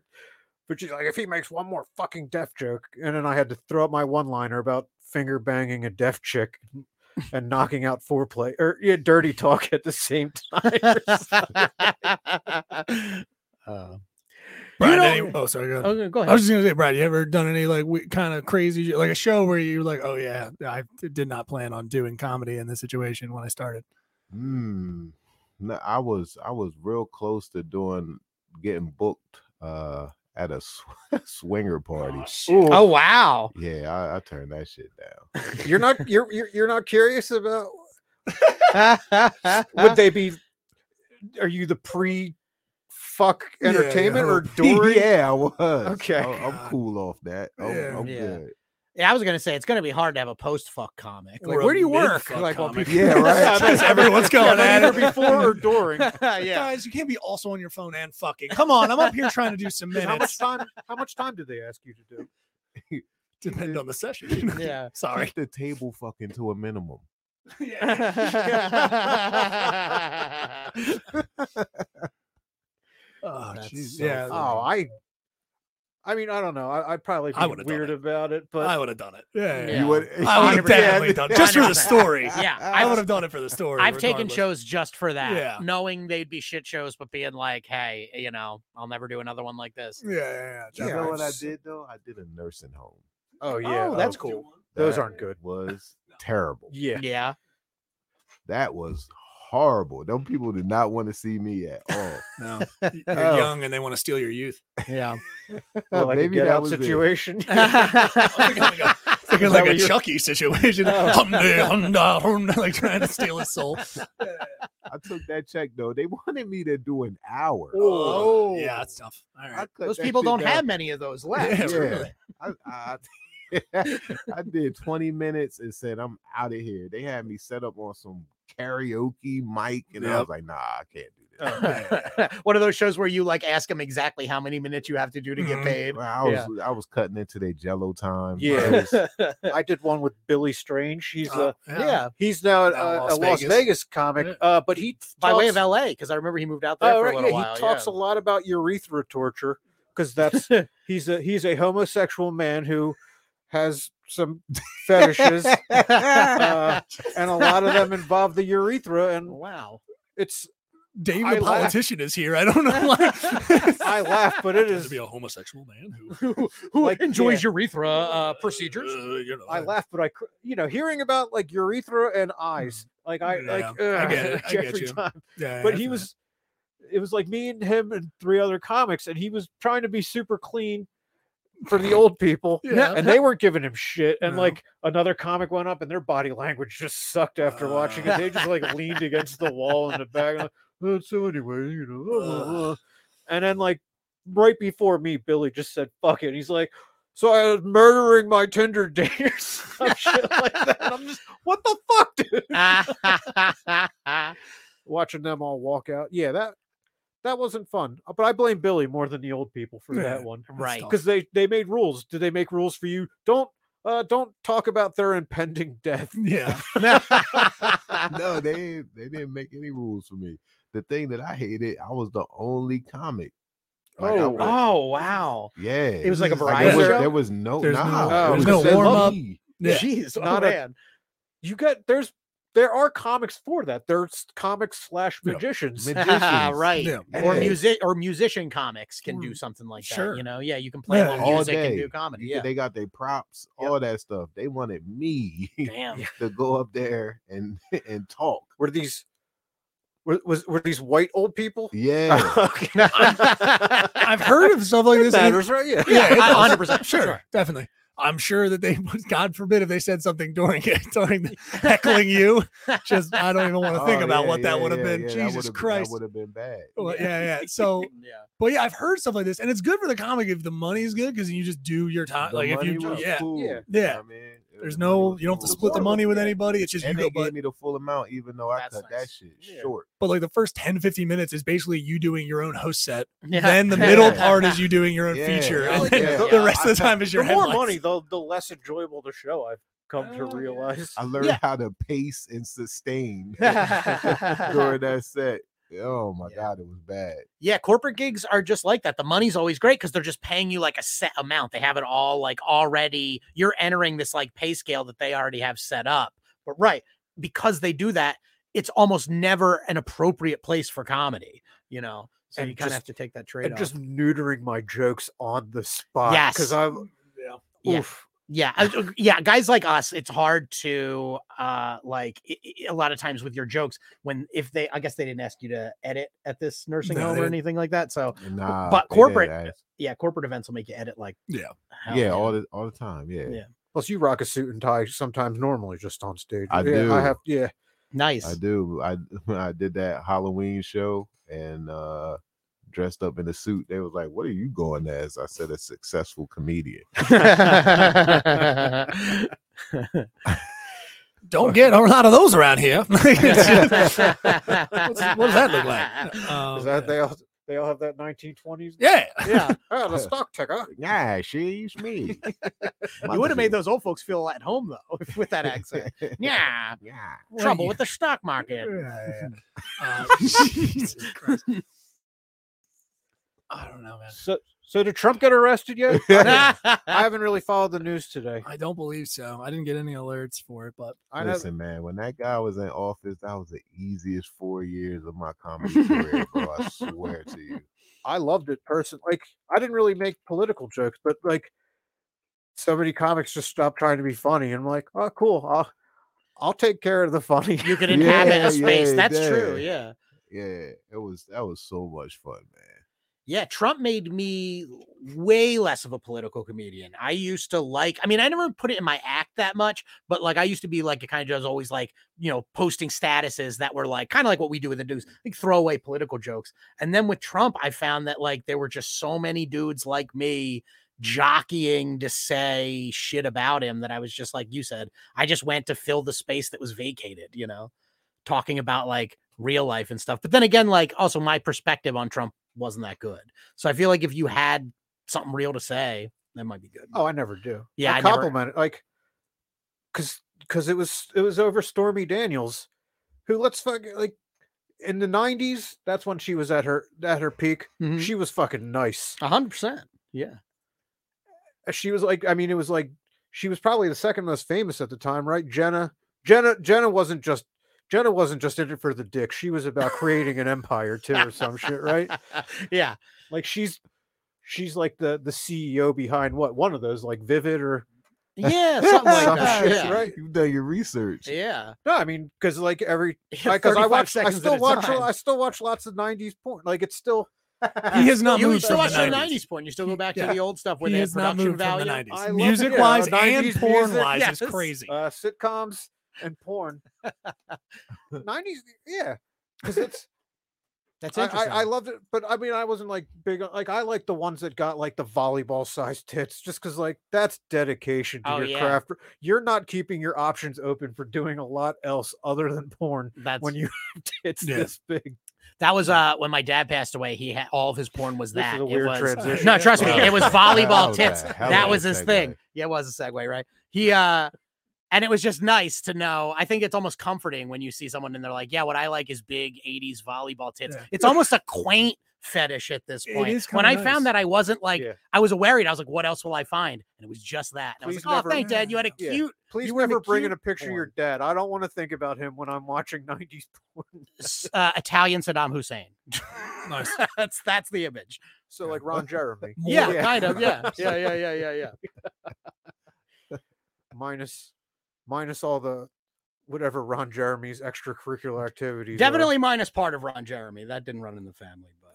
S2: But she's like, if he makes one more fucking deaf joke, and then I had to throw up my one liner about finger banging a deaf chick. and knocking out foreplay or yeah, dirty talk at the same time.
S3: Uh,
S5: Brian,
S3: know-
S5: any- oh, sorry. Go ahead.
S3: okay, go
S5: I
S3: ahead.
S5: was just gonna say, Brad, you ever done any like kind of crazy, like a show where you were like, oh yeah, I did not plan on doing comedy in this situation when I started.
S4: Hmm. No, I was I was real close to doing getting booked uh at a sw- swinger party.
S2: Ooh,
S3: oh wow.
S4: Yeah, I, I turned that shit down.
S2: you're not you're, you're you're not curious about would they be? Are you the pre fuck
S5: Yeah, yeah,
S2: entertainment or
S5: oh,
S2: Dory?
S4: yeah, I was.
S2: Okay.
S4: I, am
S5: God.
S4: cool off that. I'm,
S5: Yeah.
S4: I'm
S3: Yeah.
S4: good.
S3: Yeah, I was gonna say it's gonna be hard to have a post fuck comic. Like,
S5: Or a
S3: where do you work?
S5: mid-fuck
S3: Like, while
S5: comic.
S4: Yeah, right.
S5: Just everyone's
S2: Yeah,
S5: going
S2: but
S5: at
S2: either
S5: it.
S2: before or during.
S3: yeah.
S5: Guys, you can't be also on your phone and fucking. Come on, I'm up here trying to do some
S2: 'Cause How much
S5: minutes.
S2: time? How much time did they ask you to do?
S5: Depend on the session.
S3: Yeah.
S5: Sorry.
S4: Keep the table fucking to a minimum.
S5: Oh,
S3: That's
S5: jeez,
S3: so
S5: yeah.
S3: funny.
S2: Oh, I. I mean, I don't know. I, I'd probably be
S5: I would've done
S2: weird
S5: it.
S2: about it, but
S5: I would have done it. Yeah. yeah,
S3: Yeah.
S4: You would.
S5: yeah. I would have
S3: 100%.
S5: definitely done it. Just for the
S3: 100%.
S5: story.
S3: Yeah,
S5: I
S3: I've-
S5: would have done it for the story.
S3: I've taken
S5: regardless.
S3: shows just for that,
S5: Yeah.
S3: knowing they'd be shit shows, but being like, hey, you know, I'll never do another one like this.
S5: Yeah, yeah, yeah.
S4: You know what I
S5: I've-
S4: did though? I did a nursing home.
S2: oh yeah,
S5: Oh,
S2: oh,
S5: that's
S4: okay.
S5: cool.
S2: Those
S4: That
S2: aren't good.
S4: Was terrible.
S2: yeah.
S3: Yeah.
S4: That was horrible. Them people did not want to see me at all.
S5: No, you're
S4: Oh.
S5: young and they want to steal your youth.
S3: Yeah.
S4: Well,
S2: like a
S4: Oh, maybe
S2: get
S4: that
S2: out
S4: was it.
S2: situation.
S5: Thinking like a, thinking
S2: Is that
S5: like
S2: what
S5: a
S2: you-
S5: Chucky situation. Hyundai, Hyundai, Hyundai, like trying to steal his soul.
S4: I took that check though. They wanted me to do an hour.
S5: Oh, yeah, that's tough. All
S4: I
S5: right.
S4: cut
S3: Those
S4: that
S3: people
S4: shit
S3: don't
S4: down.
S3: have many of those left.
S5: Yeah,
S4: Yeah.
S5: really.
S4: I, I, I did 20 minutes and said, I'm out of here. They had me set up on some karaoke mic, and I was
S5: Yep. Oh,
S4: like, nah, I can't do this.
S3: One of those shows where you like ask them exactly how many minutes you have to do to get
S5: Mhm.
S3: paid.
S4: Well, I was I was cutting into their jello time.
S2: Yeah.
S4: It was-
S2: I did one with Billy Strange. He's
S5: Uh,
S2: a he's now
S5: Now
S2: a,
S5: Las
S2: a Las
S5: Vegas.
S2: Vegas comic,
S5: Yeah.
S2: uh, but he
S3: By way of
S2: talks-
S3: LA, because I remember he moved out there
S2: Oh,
S3: for
S2: right,
S3: a little
S2: yeah,
S3: while.
S2: he talks
S3: yeah.
S2: a lot about urethra torture because that's he's a he's a homosexual man who has some fetishes, uh, and a lot of them involve the urethra, and
S3: Wow.
S2: it's
S5: Dave
S2: I
S5: the
S2: laugh.
S5: politician is here. I don't know why.
S2: I laugh, but it is
S5: Pretends to be a homosexual man who
S3: who who
S2: Like,
S3: enjoys urethra uh, procedures?
S5: Uh, you know,
S2: I laugh, but I cr- you know hearing about like urethra and eyes, like I like
S5: Yeah, I
S2: ugh,
S5: get it, I get
S2: every
S5: you.
S2: time.
S5: Yeah,
S2: but
S5: I
S2: he
S5: feel
S2: was it was like me and him and three other comics and he was trying to be super clean for the old people
S5: that. yeah.
S2: and they weren't giving him shit and
S5: No.
S2: like another comic went up and their body language just sucked after watching it they just like leaned against the wall in the back and like, "Uh, so anyway you know blah, blah,
S5: Uh,
S2: blah." and then like right before me billy just said fuck it he's like so I was murdering my Tinder date or
S5: Oh,
S2: some shit like that. And I'm just, what the fuck, dude? watching them all walk out. Yeah, that that wasn't fun. Uh, But I blame Billy more than the old people for
S5: Yeah.
S2: that one
S3: right.
S5: tough.
S2: because they they made rules. Did they make rules for you? Don't uh don't talk about their impending death.
S5: yeah.
S4: no, they didn't- they didn't make any rules for me. The thing that I hated, I was the only comic. Like, I
S2: Oh,
S4: was-
S3: oh wow.
S4: yeah.
S3: It was like a
S4: there,
S5: variety
S4: was,
S5: show?
S4: there was no,
S5: There's no-
S4: nah,
S2: Oh,
S4: it
S2: there's
S4: was
S5: no
S4: just
S5: warm-up?
S4: me.
S5: Yeah.
S3: Jeez,
S2: Not
S3: oh
S2: a-
S3: man.
S2: You got there's there are comics for that. There's comics slash
S5: Yeah.
S2: magicians.
S4: Magi-
S3: right.
S5: Yeah.
S3: Or
S4: Yeah.
S3: music or musician comics can do
S5: Mm,
S3: something like that.
S5: sure.
S3: You know, yeah, you can play
S5: Yeah,
S3: along
S4: all
S3: music and
S4: day.
S3: do comedy.
S4: You get-
S3: Yeah.
S4: They got their props,
S3: Yep.
S4: all that stuff. They wanted me
S3: Damn.
S4: to go up there and and talk.
S2: Were these were, was were these white old people?
S4: Yeah.
S2: Okay.
S5: I've heard of stuff like
S2: It
S5: this. and it-
S2: matters, right? Yeah.
S5: Yeah, it
S3: I-
S5: does.
S3: 100%,
S5: Sure,
S3: sure.
S5: definitely. I'm sure that they, God forbid, if they said something during it, during the- heckling you, just I don't even want to think
S4: Oh,
S5: about
S4: yeah,
S5: what that
S4: yeah,
S5: would have
S4: yeah,
S5: been.
S4: yeah, that would've
S5: Jesus
S4: been-
S5: Christ.
S4: That would have been bad.
S5: Well, yeah, yeah. So,
S3: yeah.
S5: but yeah, I've heard stuff like this, and it's good for the comic if the money's good because you just do your time.
S4: The
S5: Uh, like if you,
S4: money was
S5: yeah,
S4: cool,
S2: Yeah.
S4: know
S5: Yeah.
S4: what I mean? The
S5: there's
S4: money
S5: no,
S4: was
S5: you don't have to
S4: cool.
S5: split the money with anybody. It's just
S4: And
S5: you
S4: they
S5: go,
S4: gave
S5: but,
S4: me the full amount, even though I
S3: That's
S4: cut that
S3: nice.
S4: shit
S3: Yeah.
S4: short.
S5: but like the first 10, 15 minutes is basically you doing your own host set.
S3: yeah.
S5: Then the middle part is you doing your own
S4: Yeah.
S5: feature,
S4: Oh,
S5: and then
S4: yeah.
S5: the
S4: Yeah.
S5: rest of the time is your
S2: The more
S5: headlines.
S2: money, the the less enjoyable the show. I've come to
S5: Oh, yeah.
S2: realize.
S4: I learned
S3: Yeah.
S4: how to pace and sustain
S3: yeah.
S4: during that set. Oh my
S3: Yeah.
S4: god, it was bad.
S3: yeah, corporate gigs are just like that. The money's always great because they're just paying you like a set amount. They have it all like already. You're entering this like pay scale that they already have set up. But right, because they do that, it's almost never an appropriate place for comedy, you know. So
S2: And
S3: you kind of
S2: just-
S3: have to take that trade
S2: and
S3: off.
S2: just neutering my jokes on the spot.
S3: Yes.
S2: because I'm
S5: Yeah.
S3: Yeah.
S2: oof.
S3: Yeah, I- yeah, guys like us, it's hard to uh like i- i- a lot of times with your jokes when if they I guess they didn't ask you to edit at this nursing
S5: No,
S3: home
S5: they
S3: or
S5: didn't.
S3: anything like that. So
S4: Nah,
S3: but
S4: they didn't
S3: corporate-
S4: ask.
S3: yeah, corporate events will make you edit like
S5: Yeah.
S4: Yeah,
S3: hell
S4: all the all the time. Yeah,
S3: Yeah.
S2: Plus, you rock a suit and tie sometimes normally just on stage.
S4: I
S2: yeah,
S4: do.
S2: I have. Yeah.
S4: I
S3: nice.
S4: do. I I did that Halloween show and uh dressed up in a suit. They was like, "What are you going as?" I said, "A successful comedian."
S5: Don't get a lot of those around here. What's- what
S3: does
S5: does that look like? Um,
S2: Is that they all they all have that 1920s?
S5: yeah.
S2: Yeah. Ah, the stock ticker.
S4: Yeah, she's me.
S3: You would have made those old folks feel at home though with that accent. Yeah,
S4: Yeah.
S5: Well,
S3: trouble
S5: you-
S3: with the stock market.
S5: Yeah, yeah. Uh, Jesus Christ. I don't know, man.
S2: So, so did Trump get arrested yet? I haven't- I haven't really followed the news today.
S5: I don't believe so. I didn't get any alerts for it, but
S2: I know.
S4: Listen, man, when that guy was in office, that was the easiest four years of my comedy career, bro. I swear to you.
S2: I loved it personally. Like I didn't really make political jokes, but like so many comics just stopped trying to be funny. And I'm like, oh, cool. I'll I'll take care of the funny.
S3: you can inhabit
S4: Yeah,
S3: a space.
S4: yeah,
S3: That's true.
S4: yeah.
S3: Yeah.
S4: Yeah, it was that was so much fun, man.
S3: Yeah, Trump made me way less of a political comedian. I used to like, I mean, I never put it in my act that much, but like I used to be like a kind of just always like, you know, posting statuses that were like kind of like what we do with the
S2: Mm.
S3: dudes, like throwaway political jokes. And then with Trump, I found that like there were just so many dudes like me jockeying to say shit about him that I was just like you said, I just went to fill the space that was vacated, you know, talking about like real life and stuff. But then again, like also my perspective on Trump wasn't that good. So I feel like if you had something real to say, that might be good.
S2: Mm. Oh, I never do.
S3: Yeah,
S2: I,
S3: I never-
S2: compliment it like because because it was it was over Stormy Daniels, who let's fuck like in the '90s. That's when she was at her at her peak.
S3: Mhm.
S2: She was fucking nice.
S3: A hundred percent. Yeah.
S2: Uh, She was like, I mean, it was like she was probably the second most famous at the time, right? Jenna, Jenna, Jenna wasn't just. Jenna wasn't just in it for the dick. She was about creating an empire too, or some shit, right?
S3: yeah.
S2: Like she's, she's like the the CEO behind what one of those, like Vivid or
S3: Yeah. Something like
S2: some
S3: that.
S2: shit,
S3: yeah.
S2: right?
S4: You've done your research.
S3: Yeah.
S2: No, I mean, because like every
S3: Yeah,
S2: because I
S3: 35
S2: watch, I
S3: seconds at
S2: still
S3: a
S2: watch,
S3: time.
S2: I still watch lots of '90s porn. Like it's still,
S5: he has not
S3: You
S5: moved
S3: still
S5: from the
S3: watch the
S5: 90s.
S3: nineties porn. You still go back to
S5: Yeah.
S3: the old stuff where
S5: He
S3: they had
S5: has not
S3: production
S5: moved from the
S3: value.
S5: 90s.
S2: I love it,
S5: Music
S2: yeah,
S5: wise and
S2: 90s
S5: porn
S2: music,
S5: wise
S3: yes.
S5: is crazy.
S2: uh, sitcoms and porn. '90s, yeah, because it's.
S3: That's
S2: I, I,
S3: interesting.
S2: I loved it, but I mean, I wasn't like big. on Like I like the ones that got like the volleyball sized tits, just because like that's dedication to
S3: Oh,
S2: your
S3: yeah.
S2: craft. You're not keeping your options open for doing a lot else other than porn
S3: That's
S2: when you have tits
S5: Yeah.
S2: this big.
S3: that was uh when my dad passed away. He had all of his porn was
S2: This is
S3: that.
S2: a weird
S3: it was,
S2: transition.
S3: No, trust me, it was volleyball
S4: Hell of a-
S3: tits.
S4: hell
S3: That
S4: of a
S3: was his
S4: segue.
S3: thing. Yeah, it was a segue, right? He uh and it was just nice to know. I think it's almost comforting when you see someone and they're like, Yeah, what I like is big 80s volleyball tits.
S5: Yeah.
S3: It's almost a quaint fetish at this
S5: It
S3: point.
S5: is
S3: when I
S5: kinda nice.
S3: found that I wasn't like
S2: Yeah.
S3: I was worried, I was like, What else will I find? And it was just that. And I was
S2: Please
S3: like,
S2: never-
S3: Oh, thank dad, you had a
S2: Yeah.
S3: cute
S2: Please
S3: You were in the
S2: never bring in a
S3: cute
S2: picture of your
S3: porn.
S2: dad. I don't want to think about him when I'm watching 90s porn.
S3: s- uh, Italian Saddam Hussein.
S5: Nice.
S3: that's that's the image.
S2: So like Ron Jeremy.
S5: More-
S3: yeah,
S2: Yeah.
S3: kind of. Yeah. Yeah, yeah, yeah, yeah, yeah.
S2: minus minus all the whatever Ron Jeremy's extracurricular activities. are.
S3: Definitely minus part of Ron Jeremy. That didn't run in the family, but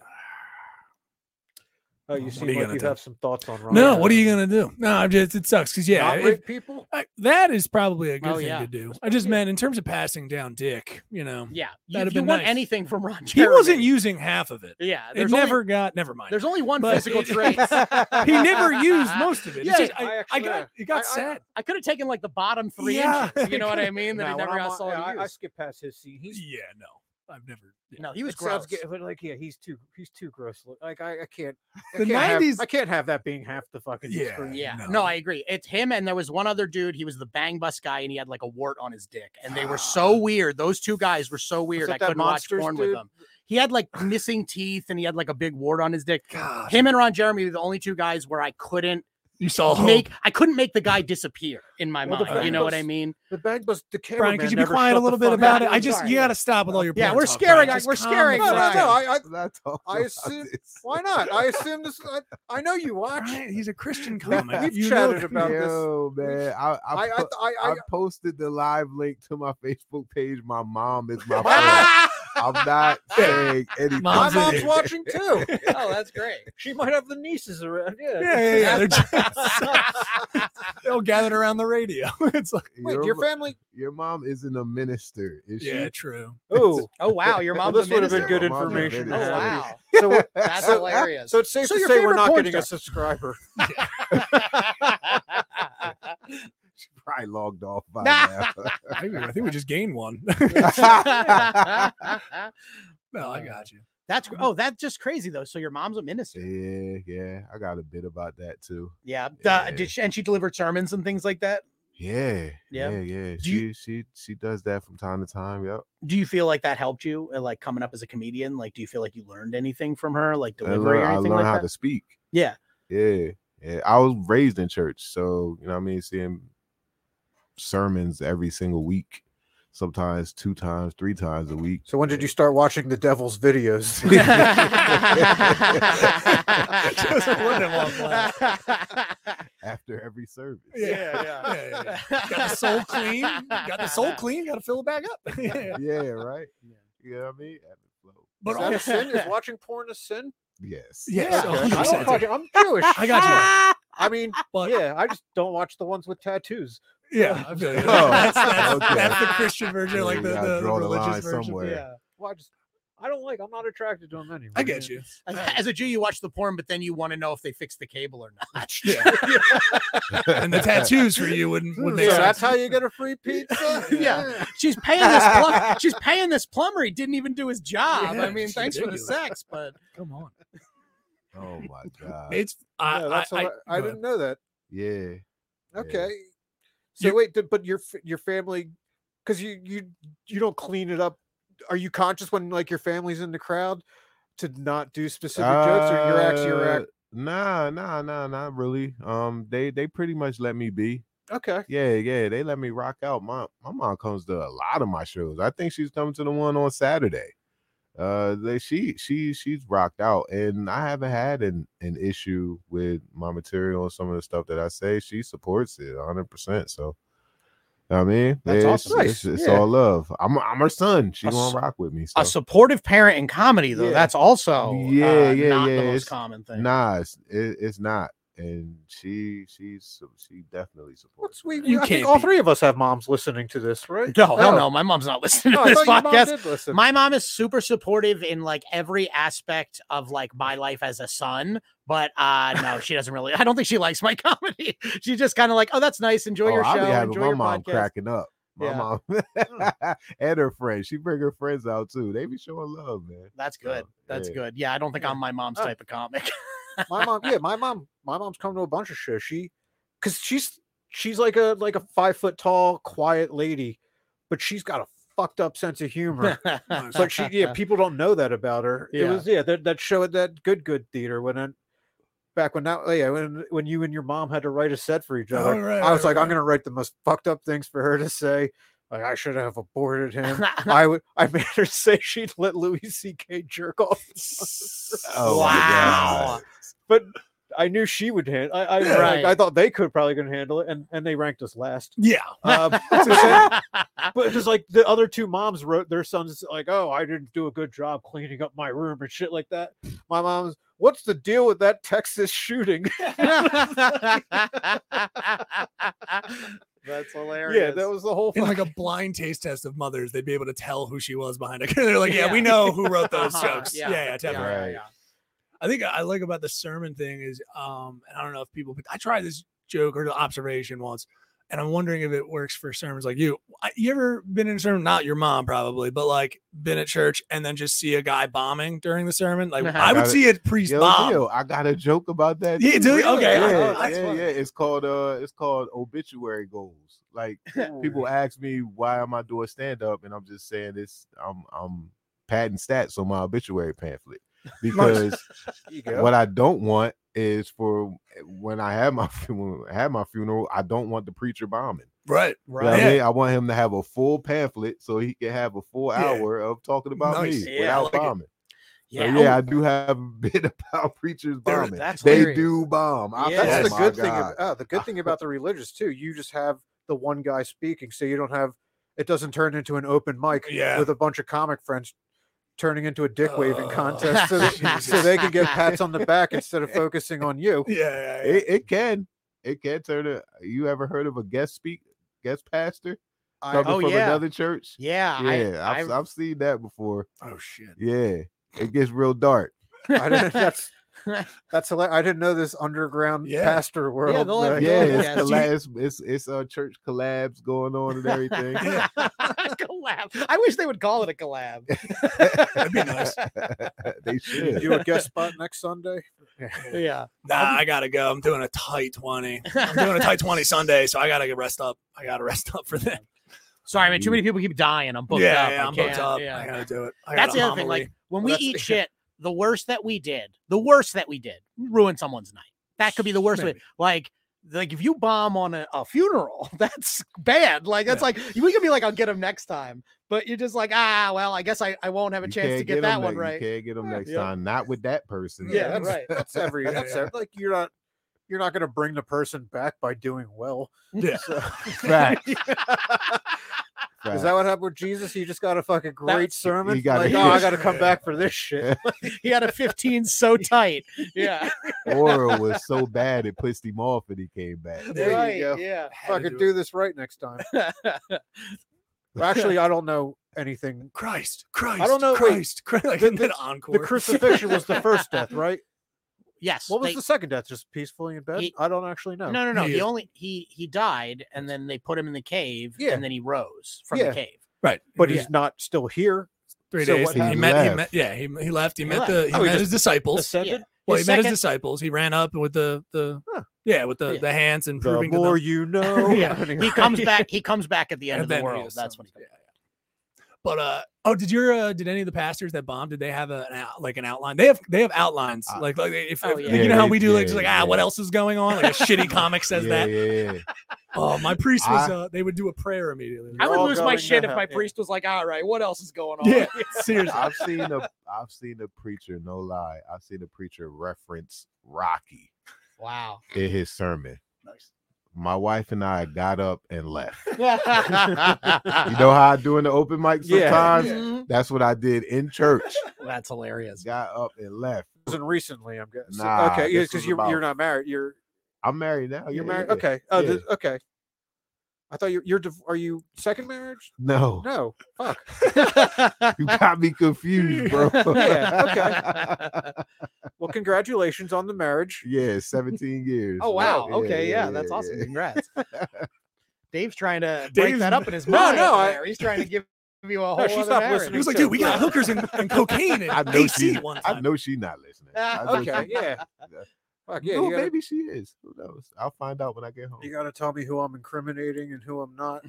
S2: Oh, you
S5: What
S2: seem
S5: are you
S2: like
S5: gonna
S2: you
S5: do?
S2: have some thoughts on Ron.
S5: No, what are you
S2: Jeremy.
S5: gonna do? No, I'm just it sucks because yeah,
S2: Not
S5: if-
S2: rape people?
S5: I, that is probably a good
S3: Oh,
S5: thing
S3: yeah.
S5: to do. I just meant in terms of passing down dick, you know,
S3: yeah, you,
S5: That'd have
S3: you
S5: been
S3: want
S5: nice.
S3: anything from Ron
S5: he
S3: Jeremy?
S5: wasn't using half of it.
S3: Yeah,
S5: It
S3: there's
S5: never
S3: Only,
S5: got. Never mind.
S3: there's only one
S5: But
S3: physical
S5: it-
S3: trait.
S5: he never used most of it. It's
S3: Yeah,
S5: just, I,
S2: I
S5: I,
S2: actually-
S5: got it got
S2: I- I-
S5: sad.
S3: I could have taken like the bottom three
S5: Yeah,
S3: inches. You know what I mean? That
S2: Nah,
S3: he
S2: when
S3: never
S2: I'm
S3: got
S2: on-
S3: saw
S2: yeah,
S3: to
S2: I, I
S3: use.
S2: skip past his scene. He's
S5: yeah, no, I've never. yeah.
S3: No, he was
S2: it sounds
S3: gross.
S2: good, but like yeah, he's too he's too gross. look- Like I, I can't. I
S5: The
S2: can't have-
S5: 90s
S2: I can't have that being half the fucking
S5: Yeah.
S2: screen.
S3: Yeah, no.
S5: No.
S3: I agree. It's him, and there was one other dude. He was the bang bus guy, and he had like a wart on his dick, and they were so weird. Those two guys were so weird.
S2: that
S3: I
S2: that
S3: couldn't watch
S2: Monsters
S3: porn with
S2: dude?
S3: them. He had like missing teeth, and he had like a big wart on his dick.
S5: God,
S3: Him and Ron Jeremy were the only two guys where I couldn't
S5: You saw hope.
S3: make I couldn't make the guy disappear in my
S2: Well, the
S3: mind. You know Oh. what I
S2: Bengals-
S3: mean?
S2: The bag was the camera.
S5: Brian, could you be quiet a little bit about
S3: up.
S5: it? I just
S3: Sorry.
S5: you got to stop with all your.
S3: Yeah,
S5: porn
S3: we're
S5: talk,
S3: scaring-
S5: Brian. Just
S3: we're
S5: calm
S3: scaring
S5: the
S2: No, no, no.
S5: fuck
S3: Brian.
S5: down.
S2: I, I,
S4: Not talking
S2: I
S4: about
S2: assume-
S4: this.
S2: why not? I assume this. I, I know you watch.
S5: Brian, he's a Christian
S2: We've-
S5: comic.
S2: we've
S5: You know
S2: chatted
S5: that.
S2: about this.
S4: Yo, man, I I,
S2: I, I,
S4: put-
S2: I, I,
S4: I posted the live link to my Facebook page. My mom is my friend.
S2: Ah!
S4: I'm not saying anything.
S2: my
S5: Mom's in
S2: mom's
S5: it.
S2: watching too.
S3: Oh, that's great.
S2: She might have the nieces around. Yeah.
S5: Yeah, yeah, yeah. They're just- they're all gathered around the radio. It's like,
S2: Wait,
S4: your,
S2: your
S4: mo-
S2: family.
S4: your mom isn't a minister, is
S5: yeah,
S4: she?
S5: true.
S2: Oh,
S3: Oh wow, your
S2: Well,
S3: mom's
S2: this would have been good
S4: My mom's a
S2: information.
S3: Oh
S4: minister.
S2: to have.
S3: wow,
S2: So, we're-
S3: that's
S2: So-
S3: hilarious.
S2: so it's safe
S3: So
S2: to
S3: your
S2: say we're
S3: favorite
S2: not
S3: porn
S2: getting a
S3: star.
S2: subscriber.
S4: She probably logged off by now.
S5: I think, we- I think we just gained one. no, I got you.
S3: that's gr- oh, that's just crazy though. So your mom's a minister.
S4: yeah, yeah. I got a bit about that too.
S3: Yeah. d- uh,
S4: Yeah.
S3: did she, and she delivered sermons and things like that.
S4: Yeah,
S3: Yeah.
S4: yeah, yeah. She
S3: Do you-
S4: she she does that from time to time. Yep.
S3: Do you feel like that helped you, uh, like coming up as a comedian? Like, do you feel like you learned anything from her, like
S4: I
S3: delivery
S4: learned,
S3: or
S4: I
S3: anything
S4: learned
S3: like
S4: how
S3: that?
S4: to speak.
S3: Yeah.
S4: Yeah, yeah. I was raised in church, so you know what I mean. Seeing sermons every single week, sometimes two times, three times a week.
S2: So when did you start watching the devil's videos?
S5: Just wouldn't walk
S4: After every service.
S5: Yeah, yeah, yeah. yeah. Got the soul clean. Got the soul clean. Got to fill it back up. yeah.
S4: Yeah, right. You know what I mean? Ebb and flow.
S5: But
S2: Is that
S5: also,
S2: a sin? Is watching porn a sin?
S4: Yes.
S5: yes,
S2: okay. I
S5: 100%.
S2: don't fucking, I'm Jewish.
S5: I got
S2: I mean,
S5: But-
S2: yeah, I just don't watch the ones with tattoos.
S5: you. Yeah, I feel you.
S4: Oh,
S5: that's, that's,
S4: okay.
S5: that's the Christian version,
S4: Yeah,
S5: like
S4: you
S5: the,
S4: gotta
S5: the, the
S4: draw the
S5: religious
S4: line
S5: version.
S4: somewhere.
S5: Yeah,
S2: Well, I just, I don't like. I'm not attracted to them anyway.
S5: I get you.
S3: As, as a Jew, you watch the porn, but then you want to know if they fix the cable or not.
S5: Yeah. and the tattows for you wouldn't would make
S2: so
S5: sense.
S2: that's how you get a free pizza.
S3: Yeah. She's paying this. Plum- she's paying this plumber. He didn't even do his job.
S5: Yeah,
S3: I mean,
S5: it's
S3: thanks for the
S5: ridiculous.
S3: sex, but
S5: Come on,
S4: Oh my god.
S5: it's I,
S2: Yeah, that's
S5: I,
S2: what I, I
S5: go ahead.
S2: didn't know that.
S4: Yeah. Yeah.
S2: Okay. So
S5: You-
S2: wait, th- but your f- your family, because you you you don't clean it up. Are you conscious when like your family's in the crowd to not do specific jokes, or you're actually you're
S4: Uh, Nah, nah, nah, not really. Um, they they pretty much let me be.
S2: okay?
S4: Yeah, yeah, they let me rock out. My my mom comes to a lot of my shows. I think she's coming to the one on Saturday. Uh, they, she she she's rocked out, and I haven't had an an issue with my material and some of the stuff that I say. She supports it 100. percent So, I mean,
S3: That's
S4: it's,
S3: awesome.
S4: it's,
S2: Nice,
S4: it's
S2: yeah.
S4: all love. I'm I'm her son. She
S3: A
S4: gonna
S3: s-
S4: rock with me. So.
S3: a supportive parent in comedy though
S2: Yeah.
S3: that's also
S4: Yeah,
S3: uh,
S4: yeah,
S3: not
S4: yeah,
S3: the most
S4: it's
S3: common thing.
S4: Nah, it's, it, it's not. And she she's su- she definitely
S2: What's
S4: supports.
S2: we?
S5: You
S2: I
S5: can't
S2: think all
S5: be-
S2: three of us have moms listening to this, right?
S3: no, no,
S2: Oh.
S3: no. My mom's not listening
S2: Oh,
S3: to
S2: I
S3: this
S2: thought your mom
S3: podcast.
S2: did listen.
S3: My mom is super supportive in like every aspect of like my life as a son, but uh no, she doesn't really. I don't think she likes my comedy. She's just kind of like, oh, that's nice. Enjoy your
S4: I be
S3: show.
S4: having
S3: Enjoy
S4: my
S3: your
S4: mom
S3: podcast.
S4: cracking up. My
S3: Yeah. Mm.
S4: mom and her friends. She bring her friends out too. They be showing love, man.
S3: That's good.
S4: Oh,
S3: That's
S4: yeah.
S3: good. Yeah, I don't think
S2: Yeah.
S3: I'm my mom's
S2: Oh.
S3: type of comic.
S2: my mom yeah my mom my mom's come to a bunch of shows she because she's she's like a like a five foot tall quiet lady but she's got a fucked up sense of humor but she yeah people don't know that about her it
S3: Yeah.
S2: was yeah that, that show at that good good theater when it back when that oh, yeah when when you and your mom had to write a set for each
S5: Oh,
S2: other
S5: right,
S2: i was
S5: right,
S2: like i'm
S5: right.
S2: gonna write the most fucked up things for her to say like i should have aborted him i would i made her say she'd let louis ck jerk off
S4: Oh my
S3: wow.
S4: God.
S2: but I knew she would handle. I I, like,
S3: Right.
S2: I thought they could probably gonna handle it, and and they ranked us last.
S5: Yeah,
S2: Uh, so then- but it's just like the other two moms wrote their sons like, "Oh, I didn't do a good job cleaning up my room and shit like that." My mom's, "What's the deal with that Texas shooting?"
S3: That's hilarious.
S2: yeah, that was the whole.
S5: in like a
S2: fucking-
S5: blind taste test of mothers, they'd be able to tell who she was behind it. They're like, yeah, we
S3: Yeah.
S5: know who wrote those
S3: Uh-huh,
S5: jokes. Yeah, yeah, definitely.
S4: Right.
S5: I think I like about the sermon thing is, um, and I don't know if people, but I tried this joke or observation once, and I'm wondering if it works for sermons like you. I- You ever been in a sermon? Not your mom, probably, but like been at church and then just see a guy bombing during the sermon. Like
S3: Uh-huh.
S5: I would
S4: Got it.
S5: see a priest
S4: Yo,
S5: bomb.
S4: Gio, I got a joke about that.
S5: Yeah,
S4: too.
S5: do you? Okay,
S4: Yeah,
S5: I-
S4: yeah,
S5: oh, that's
S4: yeah,
S5: funny.
S4: It's called uh it's called obituary goals. Like people ask me why am I doing stand up and I'm just saying this I'm I'm padding stats on my obituary pamphlet because
S2: There you go.
S4: what I don't want is for eh, when I have my fu- when I have my funeral, I don't want the preacher bombing.
S5: Right.
S4: You know what
S5: Yeah.
S4: I, mean? I want him to have a full pamphlet so he can have a full
S5: Yeah.
S4: hour of talking about
S5: Nice.
S3: Yeah, I
S4: me without
S5: like it.
S4: bombing. So,
S3: Yeah. oh,
S4: Yeah, I do have a bit about preachers
S5: There-
S4: bombing.
S3: that's
S4: they
S3: hilarious.
S4: do bomb. I-
S3: Yeah.
S2: That's
S4: oh
S2: the
S4: my
S2: good thing.
S4: God.
S2: ab- ah, the good thing about the religious too. You just have the one guy speaking, so you don't have it doesn't turn into an open mic
S5: Yeah.
S2: with a bunch of comic friends turning into a dick waving
S5: Oh,
S2: contest, so, that, so they can get pats on the back instead of focusing on you.
S5: Yeah. yeah, yeah.
S4: It, it can. It can turn a. You ever heard of a guest speak, guest pastor
S2: I-
S4: coming
S3: oh,
S4: from
S3: yeah.
S4: another church?
S3: Yeah. I-
S4: Yeah, I, have
S3: I-
S4: I've seen that before.
S5: oh shit.
S4: Yeah, it gets real dark.
S2: I didn't, that's that's hilarious. I didn't know this underground
S5: Yeah.
S2: pastor world.
S3: they'll
S2: but
S3: have
S2: I
S3: Yeah,
S4: Yeah,
S2: guess-
S4: it's
S3: yeah, so you-
S4: collabs. It's it's uh, church collabs going on and everything.
S3: collab. I wish they would call it a collab.
S5: That'd be nice.
S4: they
S2: you
S4: should.
S2: do a guest spot next Sunday.
S3: yeah.
S5: Nah, I gotta go. I'm doing a tight twenty. I'm doing a tight twenty Sunday, so I gotta get rest up. I gotta rest up for that.
S3: Sorry, man. Too many people keep dying. I'm booked
S5: yeah,
S3: up.
S5: yeah,
S3: I
S5: I'm booked
S3: can't-
S5: up. I
S3: Yeah.
S5: gotta do it. I
S3: That's
S5: got a
S3: the other thing. Like
S5: homily.
S3: when
S2: Well,
S3: we eat
S2: that's-
S3: shit, the worst that we did, the worst that we did, ruined someone's night. That could be the worst way.
S5: Maybe.
S3: Like, like if you bomb on a, a funeral, that's bad. Like that's like we could be like, I'll get him next time. But you're just like, ah, well, I guess I, I won't have a
S4: You
S3: chance to
S4: can't
S3: get,
S4: 'em
S3: that one
S4: ne-
S3: right.
S4: You can't get them next
S3: Yeah.
S4: time. Not with that person.
S5: Yeah,
S3: Yeah,
S5: that's-
S3: right.
S2: That's every.
S5: Yeah,
S2: That's
S5: yeah.
S2: every, like you're not. You're not going to bring the person back by doing well.
S5: Yeah.
S2: So-
S4: Fact,
S2: Is
S4: fact.
S2: that what happened with Jesus? He just got a fucking great sermon.
S4: got
S2: like,
S4: a-
S2: oh, I got to come back for this shit.
S3: He had a 15 so tight. Yeah.
S4: Aura was so bad it pissed him off and he came back.
S5: There you
S3: right.
S2: go.
S3: Yeah.
S5: Had to
S2: Fucking do this right next time.
S3: yeah.
S2: Well, Actually, I don't know anything.
S5: Christ, Christ,
S2: don't know- wait,
S5: Christ, Christ. Like,
S2: the-
S5: and then
S2: the-
S5: encore.
S2: The crucifixion was the first death, right?
S3: Yes.
S2: What was
S3: they-
S2: the second death? Just peacefully in bed?
S3: He-
S2: I don't actually know.
S3: No, no, no.
S5: He
S3: He,
S5: is-
S3: only he he died, and then they put him in the cave,
S2: Yeah.
S3: and then he rose from
S2: Yeah.
S3: the cave.
S5: right,
S2: but
S5: It was
S2: he's not still here.
S5: three
S2: so
S5: days.
S2: what
S5: he,
S4: happened?
S5: met, he
S4: Left.
S5: met. Yeah, he, he left. He,
S3: He
S5: met
S3: left.
S5: the. He
S2: Oh, he
S5: met
S2: just
S5: his disciples.
S3: Yeah.
S2: Ascended.
S5: Well, he
S3: His
S5: met
S3: second-
S5: his disciples. He ran up with the the
S2: Huh.
S5: yeah with the
S3: Yeah.
S5: the hands and
S2: The
S5: proving to them-
S2: more you know.
S5: Yeah.
S2: Anyway,
S3: He comes back. He comes back at the end
S5: and
S3: of the
S5: then he
S3: world. That's
S5: ascends.
S3: when he comes.
S5: Yeah, yeah. But uh oh, did your uh, did any of the pastors that bombed? Did they have a, an out, like an outline? They have they have outlines
S4: Uh,
S5: like like if,
S3: oh,
S5: if-
S3: yeah.
S5: like, you
S4: Yeah,
S5: know how
S4: they-
S5: we do like just
S4: yeah,
S5: like ah what
S4: yeah.
S5: else is going on like a shitty comic says
S4: yeah,
S5: that.
S4: Yeah, yeah.
S5: Oh, my priest was
S4: I-
S5: uh, they would do a prayer immediately.
S3: I
S2: We're all
S3: would lose my
S2: going
S3: shit
S2: to
S3: if my
S2: hell, yeah.
S3: priest was like, "All right, what else is going on?"
S5: yeah, seriously.
S4: I've seen a I've seen a preacher, no lie. I've seen a preacher reference Rocky
S3: Wow.
S4: in his sermon. My wife and I got up and left. You
S3: Mhm.
S4: know how I do in the open mic
S2: Yeah.
S4: sometimes? That's what I did in church.
S3: That's hilarious.
S4: Got up and left.
S2: wasn't recently. I'm guessing.
S4: Nah,
S2: okay, yeah,
S4: this
S2: because
S4: was
S2: you're you're
S4: about-
S2: not married. You're
S4: I'm married now.
S2: you're
S4: yeah,
S2: married.
S4: yeah.
S2: Okay. Oh,
S4: yeah.
S2: th- okay. I thought you're you're div- are you second marriage?
S4: No,
S2: No. Fuck.
S4: you got me confused, bro.
S2: Yeah, Well, congratulations on the marriage.
S4: Yeah, 17 years.
S3: Oh
S4: right?
S3: wow. Okay. Yeah, that's awesome.
S4: yeah.
S3: Congrats. Dave's trying to break
S5: Dave's-
S3: that up in his
S2: No,
S3: mind.
S2: no,
S3: over
S2: I-
S3: there. He's trying to give you a whole.
S2: No, she
S3: other
S2: stopped
S3: narrative.
S2: listening.
S5: He was like, dude, we got hookers and, and cocaine
S4: I
S5: and
S4: know
S5: AC
S4: she.
S5: one time.
S4: I know she not listening.
S3: Ah,
S4: I know she-
S2: Okay. Yeah. Fuck yeah.
S4: Well,
S2: you gotta-
S4: maybe she is. Who knows? I'll find out when I get home.
S2: You gotta tell me who I'm incriminating and who I'm not.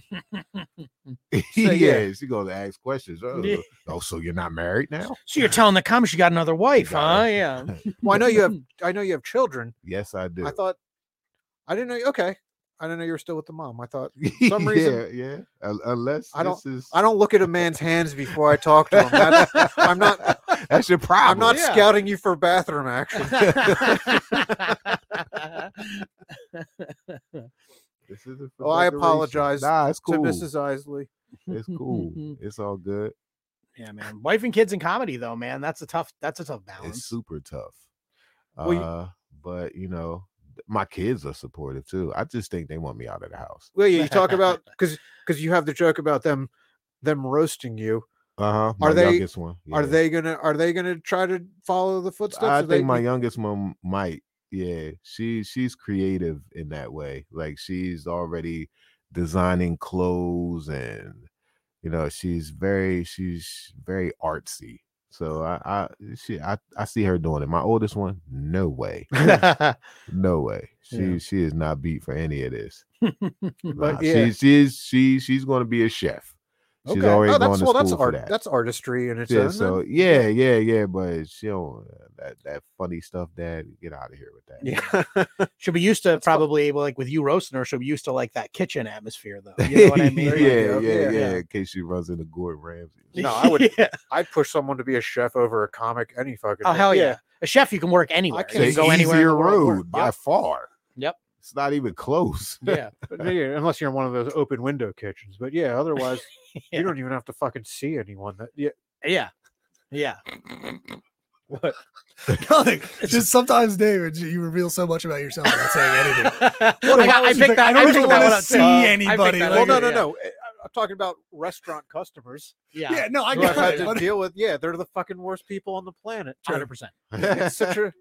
S4: yeah,
S2: yeah.
S4: she gonna ask questions. Oh,
S3: Yeah.
S4: oh, so you're not married now?
S3: So you're telling the comics you got another wife, huh?
S4: got
S3: Yeah.
S2: Well, I know you have. I know you have children.
S4: Yes, I do.
S2: I thought. I didn't know. You, okay. I didn't know you were still with the mom. I thought. some
S4: yeah,
S2: reason-
S4: yeah. Un- unless
S2: I don't-
S4: This is,
S2: I don't look at a man's hands before I talk to him. That- I'm not.
S4: That's your
S2: I'm
S4: problem.
S2: not
S3: Yeah.
S2: scouting you for bathroom action.
S4: This isn't for
S2: Oh, I
S4: decoration.
S2: apologize
S4: Nah, it's cool.
S2: To Mrs. Isley.
S4: It's cool. It's all good.
S3: yeah, man. Wife and kids in comedy, though, man. That's a tough. That's a tough
S4: It's
S3: balance.
S4: super tough. Uh,
S2: Well, you-
S4: but you know, th- my kids are supportive too. I just think they want me out of the house.
S2: Well, yeah, you talk about because because you have the joke about them them roasting you.
S4: Uh huh.
S2: Are they-
S4: Youngest one.
S2: Are
S4: yeah.
S2: they gonna Are they gonna try to follow the footsteps?
S4: I
S2: of they,
S4: think my youngest one might. Yeah, she she's creative in that way. Like she's already designing clothes, and you know she's very she's very artsy. So I I she I, I see her doing it. My oldest one, no way, no way. She
S2: Yeah.
S4: she is not beat for any of this.
S2: But
S4: Nah,
S2: yeah.
S4: she, she's she she's gonna be a chef. She's already
S2: oh, that's
S4: going to
S2: well,
S4: school
S2: that's
S4: for
S2: art.
S4: that.
S2: That's artistry in its
S4: yeah,
S2: own.
S4: so
S2: then.
S4: yeah, yeah, yeah, but she don't uh, that that funny stuff. Dad, get out of here with that.
S2: yeah.
S3: She'll be used to probably like with you roasting her. She'll be used to like that kitchen atmosphere though. You know what I mean?
S4: yeah,
S3: Like, uh,
S4: yeah,
S2: you go.
S4: yeah,
S2: Yeah.
S4: In case she runs into Gordon Ramsay.
S2: No, I would-
S3: Yeah.
S2: I'd push someone to be a chef over a comic any fucking.
S3: Oh
S2: day.
S3: hell yeah. A chef, you can work anywhere.
S2: can't
S3: You can
S4: It's
S3: go
S4: an
S3: anywhere. in
S4: easier
S3: the world.
S4: road by far.
S3: Yep.
S4: It's not even close.
S3: Yeah.
S2: But yeah, unless you're in one of those open window kitchens. But yeah, otherwise
S3: Yeah.
S2: you don't even have to fucking see anyone. That yeah,
S3: Yeah. Yeah.
S5: Nothing. Just sometimes, David, you reveal so much about yourself without saying anything.
S3: I,
S5: What if I
S3: got, I
S5: was
S3: picked
S5: big-
S3: that.
S5: I don't
S3: picked
S5: even
S3: that
S5: wanna
S3: one up, too.
S5: see
S3: Uh, I picked
S5: anybody,
S3: that
S2: Well,
S3: one
S5: like-
S2: no,
S3: up,
S2: no,
S3: yeah.
S2: no. Eh, I- I'm talking about restaurant customers
S3: Yeah.
S5: Yeah, no, I
S2: who I've
S5: got
S2: had
S5: it.
S2: to
S5: But
S2: deal with. Yeah, they're the fucking worst people on the planet.
S3: Hundred percent.
S2: It's such a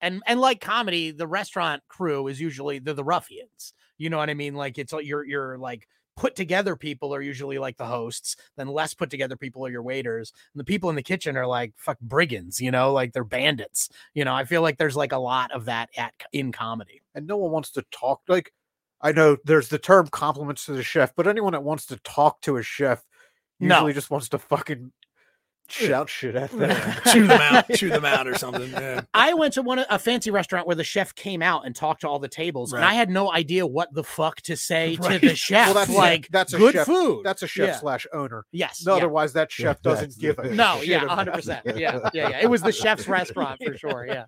S3: And and like comedy, the restaurant crew is usually they're the ruffians. You know what I mean? Like it's all you're you're like put together people are usually like the hosts, then less put together people are your waiters. And the people in the kitchen are like fuck brigands, you know, like they're bandits. You know, I feel like there's like a lot of that at in comedy.
S2: and no one wants to talk like i know there's the term compliments to the chef but anyone that wants to talk to a chef
S3: No.
S2: usually just wants to fucking shout shit at them
S5: chew them out, chew them out, or something. Yeah.
S3: I went to one a fancy restaurant where the chef came out and talked to all the tables, and I
S5: Right.
S3: had no idea what the fuck to say
S5: Right.
S3: to the
S5: Well,
S3: chef.
S2: that's-
S3: like
S2: that's a
S3: good
S2: chef-
S3: food.
S2: that's a chef
S3: Yeah.
S2: slash owner
S3: yes.
S2: no,
S3: yeah.
S2: otherwise that chef doesn't
S4: That's-
S2: give a
S3: No,
S2: shit
S3: yeah,
S2: about-
S3: 100%. Yeah, yeah, yeah. It was the chef's restaurant for sure. Yeah.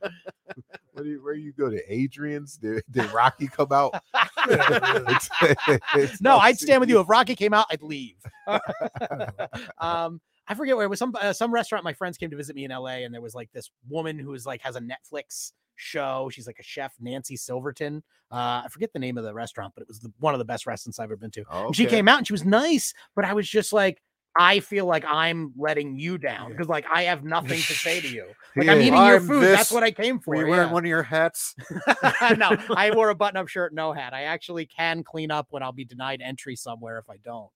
S4: Where do you, where you go to Adrian's? Did, did Rocky come out? It's
S3: No,
S4: not
S3: I'd stand with you.
S4: serious.
S3: If Rocky came out, I'd leave. um, I forget where it was. Some uh, some restaurant. My friends came to visit me in LA, and there was like this woman who was like has a Netflix show. She's like a chef, Nancy Silverton. Uh, I forget the name of the restaurant, but it was the, one of the best restaurants I've ever been to. And She
S4: Okay.
S3: came out and she was nice, but I was just like, I feel like I'm letting you down because like I have nothing to say to you. Like I'm
S4: Yeah.
S3: eating your
S2: I'm
S3: food.
S2: this-
S3: That's what I came for.
S2: were you wearing
S3: yeah.
S2: one of your hats
S3: no, I wore a button-up shirt, no hat. I actually can clean up when I'll be denied entry somewhere if I don't.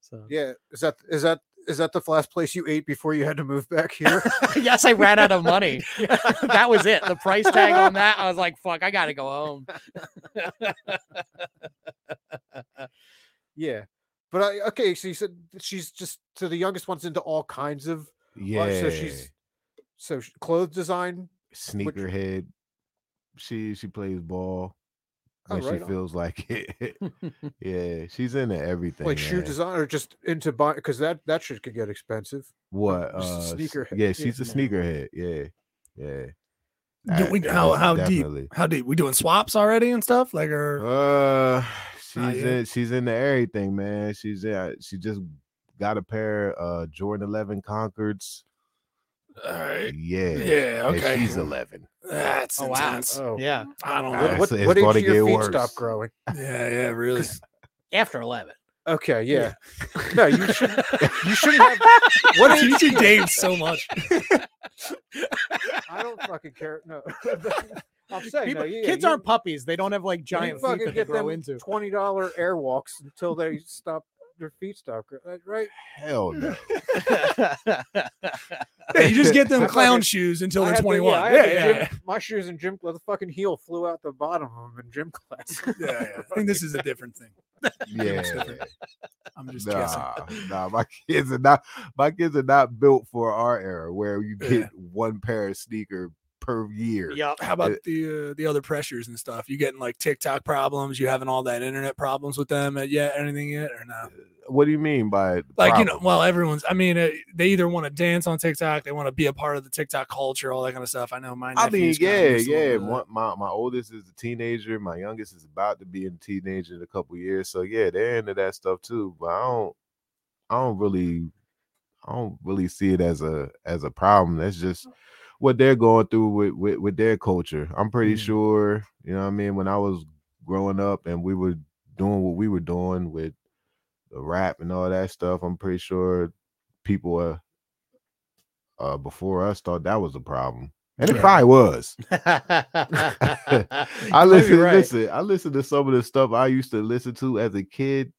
S3: So
S2: yeah is that is that is that the last place you ate before you had to move back here
S3: yes, I ran out of money. that was it. The price tag on that, I was like, "Fuck, I gotta go home."
S2: yeah but I, okay so you said that she's just so the youngest one's into all kinds of
S4: yeah,
S2: uh, so she's so sh- clothes design
S4: sneakerhead. She she plays ball
S2: Oh,
S4: when
S2: right
S4: she
S2: on.
S4: feels like it. yeah, she's into everything.
S2: like shoe
S4: man.
S2: design or just into buying because that that shit could get expensive
S4: What?
S2: s-
S4: Uh, sneaker.
S2: sneakerhead.
S4: Yeah,
S2: Yeah,
S4: she's a
S2: man.
S4: sneakerhead. Yeah, yeah.
S5: Do
S4: Uh,
S5: we-
S4: yeah,
S5: how
S4: most
S5: how
S4: definitely.
S5: deep? How deep? We doing swaps already and stuff? Like, or
S4: Uh, she's
S5: Not yet.
S4: in, she's into everything, man. She's in, she just got a pair of Jordan Eleven Concords.
S5: all right?
S4: Yeah,
S5: Eh, Yeah.
S4: and
S5: Okay.
S4: she's eleven.
S5: That's
S3: Oh, wow.
S5: intense.
S2: oh
S3: yeah,
S5: I don't
S4: Uh,
S5: know.
S2: what, what,
S4: so it's
S2: what age
S4: gonna
S2: do your
S4: get
S2: feet
S4: worse.
S2: stop growing
S5: Yeah. Yeah. Really.
S3: after eleven.
S2: okay yeah
S5: Yeah.
S2: no you shouldn't you shouldn't have what age
S5: Teaching Dave so much.
S2: i don't fucking care no i'm saying
S3: People-
S2: no, yeah,
S3: kids
S2: you-
S3: aren't puppies. They don't have like
S2: you
S3: giant feet
S2: fucking
S3: that they
S2: get
S3: grow
S2: them
S3: into.
S2: twenty dollar airwalks until they stop their feet stop growing right
S4: Hell no.
S5: Yeah, you just get
S2: I
S5: them clown
S2: fucking-
S5: shoes until
S2: I
S5: they're
S2: had to- yeah,
S5: 21.
S2: I
S5: Yeah,
S2: had to
S5: yeah,
S2: gym-
S5: yeah.
S2: my shoes in gym well, the fucking heel flew out the bottom of them in gym class
S5: Yeah, yeah. I think this is a different thing.
S4: yeah,
S5: I'm just guessing.
S4: nah, nah. My kids are not. My kids are not built for our era where you
S5: Yeah.
S4: get one pair of sneaker per year.
S3: yep.
S5: How about
S4: Uh,
S5: the uh, the other pressures and stuff? You getting like TikTok problems? You having all that internet problems with them uh, yet? Anything yet or no?
S4: What do you mean by
S5: Like you know,
S4: problem?
S5: well, everyone's. I mean, uh, they either want to dance on TikTok, they want to be a part of the TikTok culture, all that kind of stuff. I know my.
S4: I mean,
S5: nephew's kinda
S4: yeah,
S5: used to a little
S4: yeah.
S5: bit of that.
S4: My, my my oldest is a teenager. My youngest is about to be a teenager in a couple years. So yeah, they're into that stuff too. But I don't, I don't really, I don't really see it as a as a problem. That's just what they're going through with with, with their culture. I'm pretty
S5: Mm.
S4: sure. You know what I mean? When I was growing up and we were doing what we were doing with the rap and all that stuff, I'm pretty sure people uh, uh before us thought that was a problem. And it
S5: Yeah.
S4: probably was. I
S3: I
S4: listen, listen, I listen to some of the stuff I used to listen to as a kid.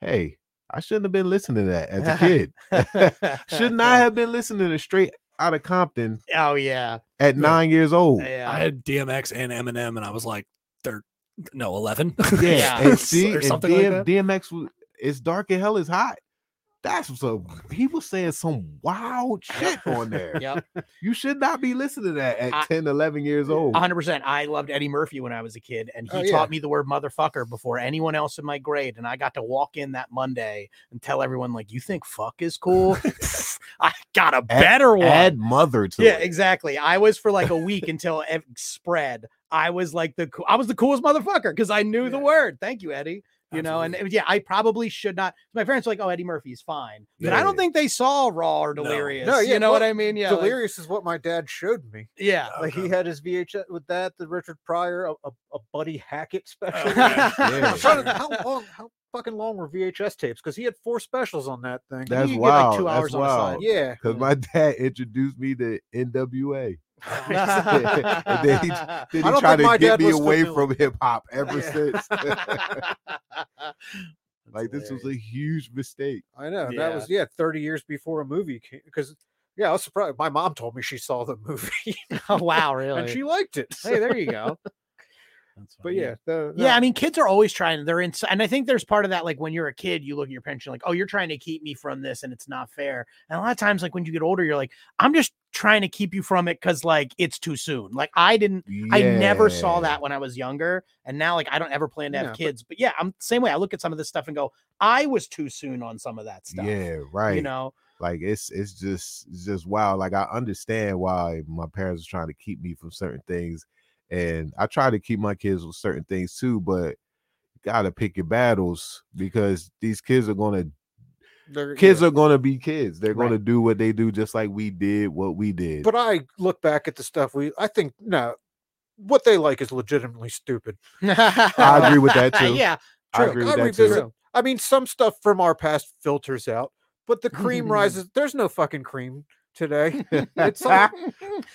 S4: Hey, I shouldn't have been listening to that as a kid. shouldn't I have been listening to straight out of Compton
S3: Oh yeah.
S4: at
S5: Yeah.
S4: nine years old?
S3: Yeah.
S5: I had DMX and Eminem, and I was like, thir- no, eleven.
S4: Yeah,
S3: Yeah.
S4: and see,
S5: or
S4: and
S5: something
S4: DM,
S5: like that.
S4: DMX was it's dark and hell is hot. That's what's up. He was saying some wild shit on there.
S3: Yep.
S4: You should not be listening to that at
S3: I-
S4: 10, 11 years old.
S3: 100%. I loved Eddie Murphy when I was a kid, and he
S2: Oh, yeah.
S3: taught me the word motherfucker before anyone else in my grade. And I got to walk in that Monday and tell everyone, like, you think fuck is cool? I got a better one.
S4: Add mother to
S3: yeah,
S4: it.
S3: exactly. I was for like a week until it spread. I was like the coo- I was the coolest motherfucker because I knew the
S5: Yeah.
S3: word. Thank you, Eddie. You know, and
S5: Absolutely.
S3: it was- yeah, I probably should not. My parents were like, "Oh, Eddie Murphy's fine," but I don't
S4: Yeah.
S3: think they saw Raw or
S5: No.
S3: Delirious.
S2: No, yeah,
S3: you know what
S2: well,
S3: I mean? Yeah, like-
S2: Delirious is what my dad showed me.
S3: yeah.
S5: Oh,
S2: Like he
S5: God.
S2: had his VHS with that, the Richard Pryor, a, a, a Buddy Hackett special.
S5: yeah.
S2: I'm trying to- how long? How fucking long were VHS tapes? Because he had four specials on that thing.
S4: That's
S3: you get, like,
S4: wild.
S3: two
S4: That's
S3: hours on a side.
S4: wild.
S2: yeah.
S4: Because my dad introduced me to NWA. And then he- Did
S2: I
S4: he
S2: don't
S4: try
S2: think my
S4: to get
S2: dad
S4: me
S2: listened to
S4: away
S2: Mil-
S4: from hip hop ever since? like this was
S3: hilarious.
S4: a huge mistake.
S2: I know
S3: Yeah.
S2: that was yeah, 30 years before a movie came. Because yeah, I was surprised. My mom told me she saw the movie
S3: oh, wow, really?
S2: and she liked it.
S3: hey, there you go. That's
S2: But
S3: funny.
S2: yeah, the,
S3: Yeah, I mean, kids are always trying. They're in, and I think there's part of that. Like when you're a kid, you look at your parents, you're like, "Oh, you're trying to keep me from this, and it's not fair." And a lot of times, like when you get older, you're like, "I'm just trying to keep you from it because like it's too soon." Like I didn't, I never saw
S4: Yeah.
S3: that when I was younger, and now like I don't ever plan to have
S2: Yeah, but-
S3: kids. But yeah, I'm same way. I look at some of this stuff and go, "I was too soon on some of that stuff."
S4: Yeah, right.
S3: you know,
S4: like it's it's just it's just wild. Like I understand why my parents are trying to keep me from certain things, and I try to keep my kids from certain things too. But you gotta pick your battles because these kids are gonna
S2: they're-
S4: kids
S2: yeah.
S4: are gonna be kids. They're
S3: Right.
S4: gonna do what they do, just like we did what we did.
S2: But I look back at the stuff we. I think no, what they like is legitimately stupid.
S4: I agree with that too.
S3: yeah,
S4: I
S2: True.
S4: agree
S2: I
S4: with that
S2: revisit-
S4: too.
S2: True. I mean, some stuff from our past filters out, but the cream rises. There's no fucking cream today. It's all,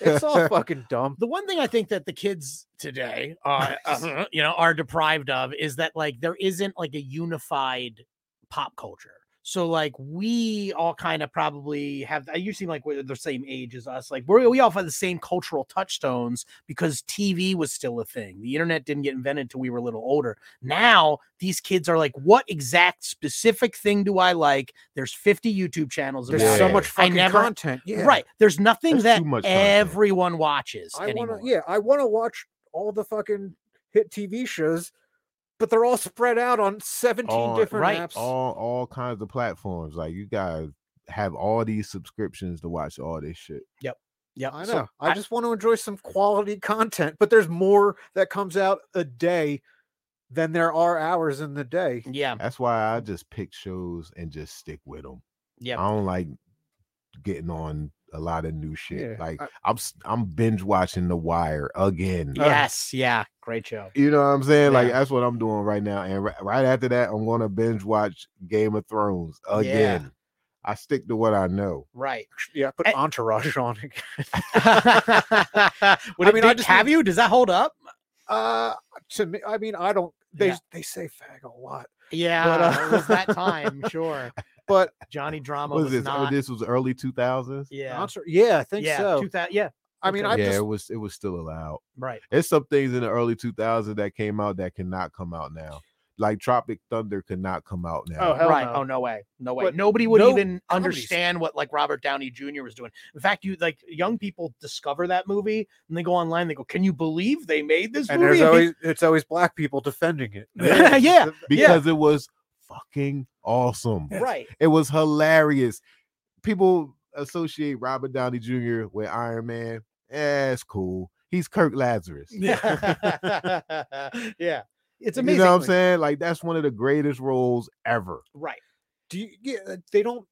S2: it's all fucking dumb.
S3: the one thing I think that the kids today are, uh, you know, are deprived of is that like there isn't like a unified pop culture. So like we all kind of probably have. uh, You seem like we're the same age as us. Like we we all have the same cultural touchstones because TV was still a thing. The internet didn't get invented till we were a little older. Now these kids are like, what exact specific thing do I like? There's 50 YouTube channels.
S2: There's
S3: about
S2: so
S3: it.
S2: much
S3: I
S2: fucking
S3: never
S2: content. Yeah.
S3: Right. There's nothing
S4: There's
S3: that
S4: too much content.
S3: everyone watches
S2: I
S3: anymore.
S2: want to. Yeah, I want to watch all the fucking hit TV shows, but they're all spread out on 17
S4: All-
S2: different
S3: Oh, right,
S2: apps.
S4: All all kinds of platforms. Like you gotta have all these subscriptions to watch all this shit.
S3: Yep.
S2: I know.
S3: So
S2: I
S3: I-
S2: just want to enjoy some quality content, but there's more that comes out a day than there are hours in the day.
S3: yeah.
S4: That's why I just pick shows and just stick with them.
S3: Yeah.
S4: I
S2: uh
S4: don't like getting on a lot of new shit.
S2: Yeah,
S4: like
S2: I-
S4: I'm s- I'm binge watching The Wire again.
S3: Yes. Yeah. Great show.
S4: You know what I'm saying? Like
S3: Oh, Yeah.
S4: that's what I'm doing right now. And ri- right after that, I'm gonna binge watch Game of Thrones
S3: Yeah.
S4: again. I stick to what I know.
S3: Right.
S2: Yeah, I put
S3: Eh.
S2: Entourage on. again.
S3: Would it
S2: mean, I
S3: be-
S2: just
S3: have you? Does that hold up?
S2: Uh, to me, I mean, I don't. They
S3: Yeah.
S2: they say fag a lot,
S3: Yeah.
S2: uh,
S3: it was that time. Sure.
S2: but
S3: Johnny Drama
S4: What is
S3: was,
S4: this?
S3: not.
S4: Oh, this was early 2000s.
S3: yeah.
S2: Entour- yeah, I think
S3: yeah.
S2: so.
S3: 2000 yeah.
S2: I mean,
S4: Yeah,
S2: I
S4: it
S2: just
S4: was. It was still allowed.
S3: Right.
S4: There's some things in the early 2000s that came out that cannot come out now. Like Tropic Thunder could not come out now.
S2: Oh, hell
S3: right.
S2: no.
S3: Oh, no way. No way.
S2: But
S3: Nobody would
S2: no
S3: even
S2: comedies.
S3: understand what like Robert Downey Jr. was doing. In fact, you like young people discover that movie and they go online. They go, "Can you believe they made this
S2: and
S3: movie?"
S2: there's
S3: And
S2: always it's always black people defending it.
S3: Yeah, yeah.
S4: because it was fucking awesome.
S3: they- right.
S4: It was hilarious. People associate Robert Downey Jr. with Iron Man. Eh, it's cool. He's Kirk Lazarus.
S3: yeah. It's
S4: you
S3: amazing.
S4: know what I'm saying? Like that's one of the greatest roles ever.
S3: Right.
S2: Do you? Yeah, uh, they don't.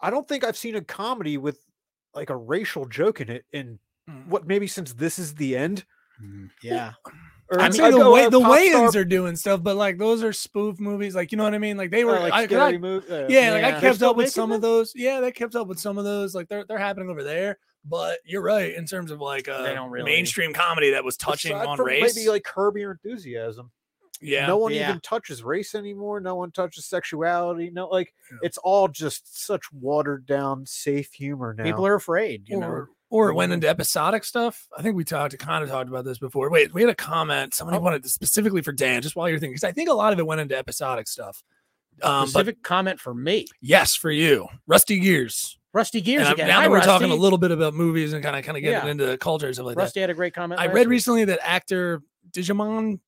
S2: I don't think I've seen a comedy with like a racial joke in it. In
S5: Mm.
S2: what maybe since this is the end.
S3: Yeah.
S2: Or
S5: I'd
S2: n-
S5: say the
S2: no,
S5: way
S2: uh,
S5: the
S2: Pop Star-
S5: Wayans are doing stuff, but like those are spoof movies. Like you know what I mean? Like they
S2: uh,
S5: were
S2: like
S5: I- 'cause I-
S2: scary movie. uh,
S5: yeah, like I
S3: Yeah. They're
S5: kept
S2: still
S5: up with
S2: making
S5: some of
S2: them?
S5: those. Yeah, they kept up with some of those. Like they're they're happening over there. But you're right in terms of like uh,
S3: don't really-
S5: mainstream comedy that was touching
S2: aside
S5: on
S2: from
S5: race.
S2: Maybe like curb your enthusiasm.
S5: yeah,
S2: no one
S3: Yeah.
S2: even touches race anymore. No one touches sexuality. No, like
S5: Yeah.
S2: it's all just such watered down, safe humor now.
S3: People are afraid, you know. Mm-hmm.
S5: or, or it went into episodic stuff. I think we talked, kind of talked about this before. Wait,
S3: Oh.
S5: we had a comment. Somebody wanted this specifically for Dan, just while you're thinking, because I think a lot of it went into episodic stuff. Um, but
S3: Specific comment for me.
S5: yes, for you, Rusty Gears.
S3: Rusty Gears
S5: And I'm-
S3: again.
S5: now
S3: Hi,
S5: that we're talking a
S3: Rusty.
S5: little bit about movies and kind of kind of getting
S3: Yeah.
S5: into the culture and stuff like
S3: Rusty had a great comment.
S5: that, I
S3: last
S5: read
S3: week.
S5: recently that actor Digimon,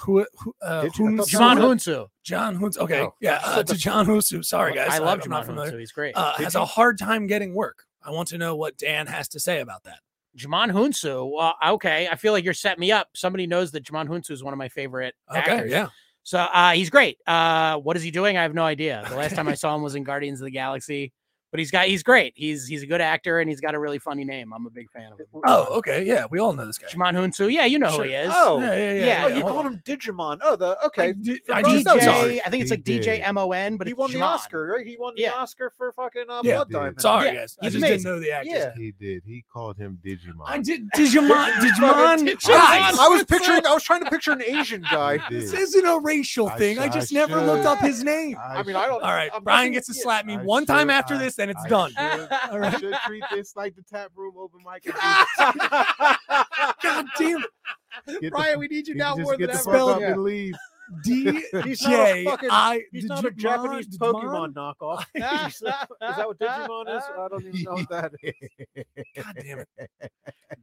S5: who, who
S2: Digi- I
S5: uh,
S2: thought that
S5: Hoons-
S2: was
S3: Jamon Oh, Hunsu.
S5: John Hoons. Okay,
S3: Oh,
S5: yeah,
S3: I
S5: uh,
S3: said
S5: to
S3: the-
S5: John Hoonsu. Sorry guys,
S3: I love
S5: I'm not
S3: Jamon
S5: familiar.
S3: Hunsu. He's great.
S5: Uh,
S2: Did
S5: has
S2: you-
S5: a hard time getting work. I want to know what Dan has to say about that.
S3: Jamon Hunsu. Well, okay. I feel like you're setting me up. Somebody knows that Jamon Hunsu is one of my favorite
S5: Okay,
S3: actors.
S5: yeah,
S3: So uh, he's great. Uh, what is he doing? I have no idea. The last time I
S5: Okay.
S3: saw him was in Guardians of the Galaxy, but he's got he's great. He's he's a good actor and he's got a really funny name. I'm a big fan of him.
S5: oh, okay, yeah, we all know this guy.
S3: Shimon Hunsu. Yeah, you know
S5: Sure.
S3: who he is.
S2: Oh,
S5: yeah, yeah, yeah.
S3: yeah,
S2: oh,
S5: yeah,
S2: you
S5: hold
S2: called
S5: on.
S2: him Digimon. Oh, the okay.
S5: I, did, I
S3: I
S2: Oh,
S5: just
S2: so
S3: DJ,
S5: sorry.
S3: I think it's
S4: He
S3: like DJ
S4: did.
S3: MON, but
S2: he
S3: it's
S2: won the
S3: Jamon.
S2: Oscar, right? He won the
S3: Yeah.
S2: Oscar for fucking uh,
S5: Yeah,
S2: Blood
S4: dude.
S2: Diamond.
S5: Sorry,
S3: Yeah,
S5: guys. I
S3: he's
S5: just didn't
S3: amazing.
S5: know the actor's
S2: Yeah.
S5: name.
S4: He did. He called him Digimon.
S5: I did Digimon. Digimon.
S2: I was-
S5: guys,
S2: I was picturing. I was trying to picture an Asian guy.
S4: He
S5: This
S4: did.
S5: isn't a racial
S4: I
S5: thing. I,
S4: sh- I
S5: just never looked up
S2: should-
S5: his name.
S2: I mean, I
S4: should-
S2: don't.
S5: All right,
S2: I'm guessing-
S5: Brian gets to
S2: yeah.
S5: slap me
S4: I
S5: one time
S4: should-
S5: after
S4: I-
S5: this, and it's
S4: I
S5: done.
S4: should-
S3: All
S4: I
S3: right.
S4: should treat this like the tap room open mic. and
S5: God damn it.
S4: just Get
S2: Brian, we need you
S4: the,
S2: now
S4: just
S2: more
S4: get
S2: than
S4: the
S2: ever.
S4: fuck up
S2: Yeah.
S4: and leave.
S2: He's not a
S5: DJ.
S2: fucking-
S5: I-
S2: He's not a
S5: Digimon,
S2: Japanese Pokemon
S5: Digimon?
S2: knockoff. Is that what Digimon is? I don't even know what that is.
S5: God damn it.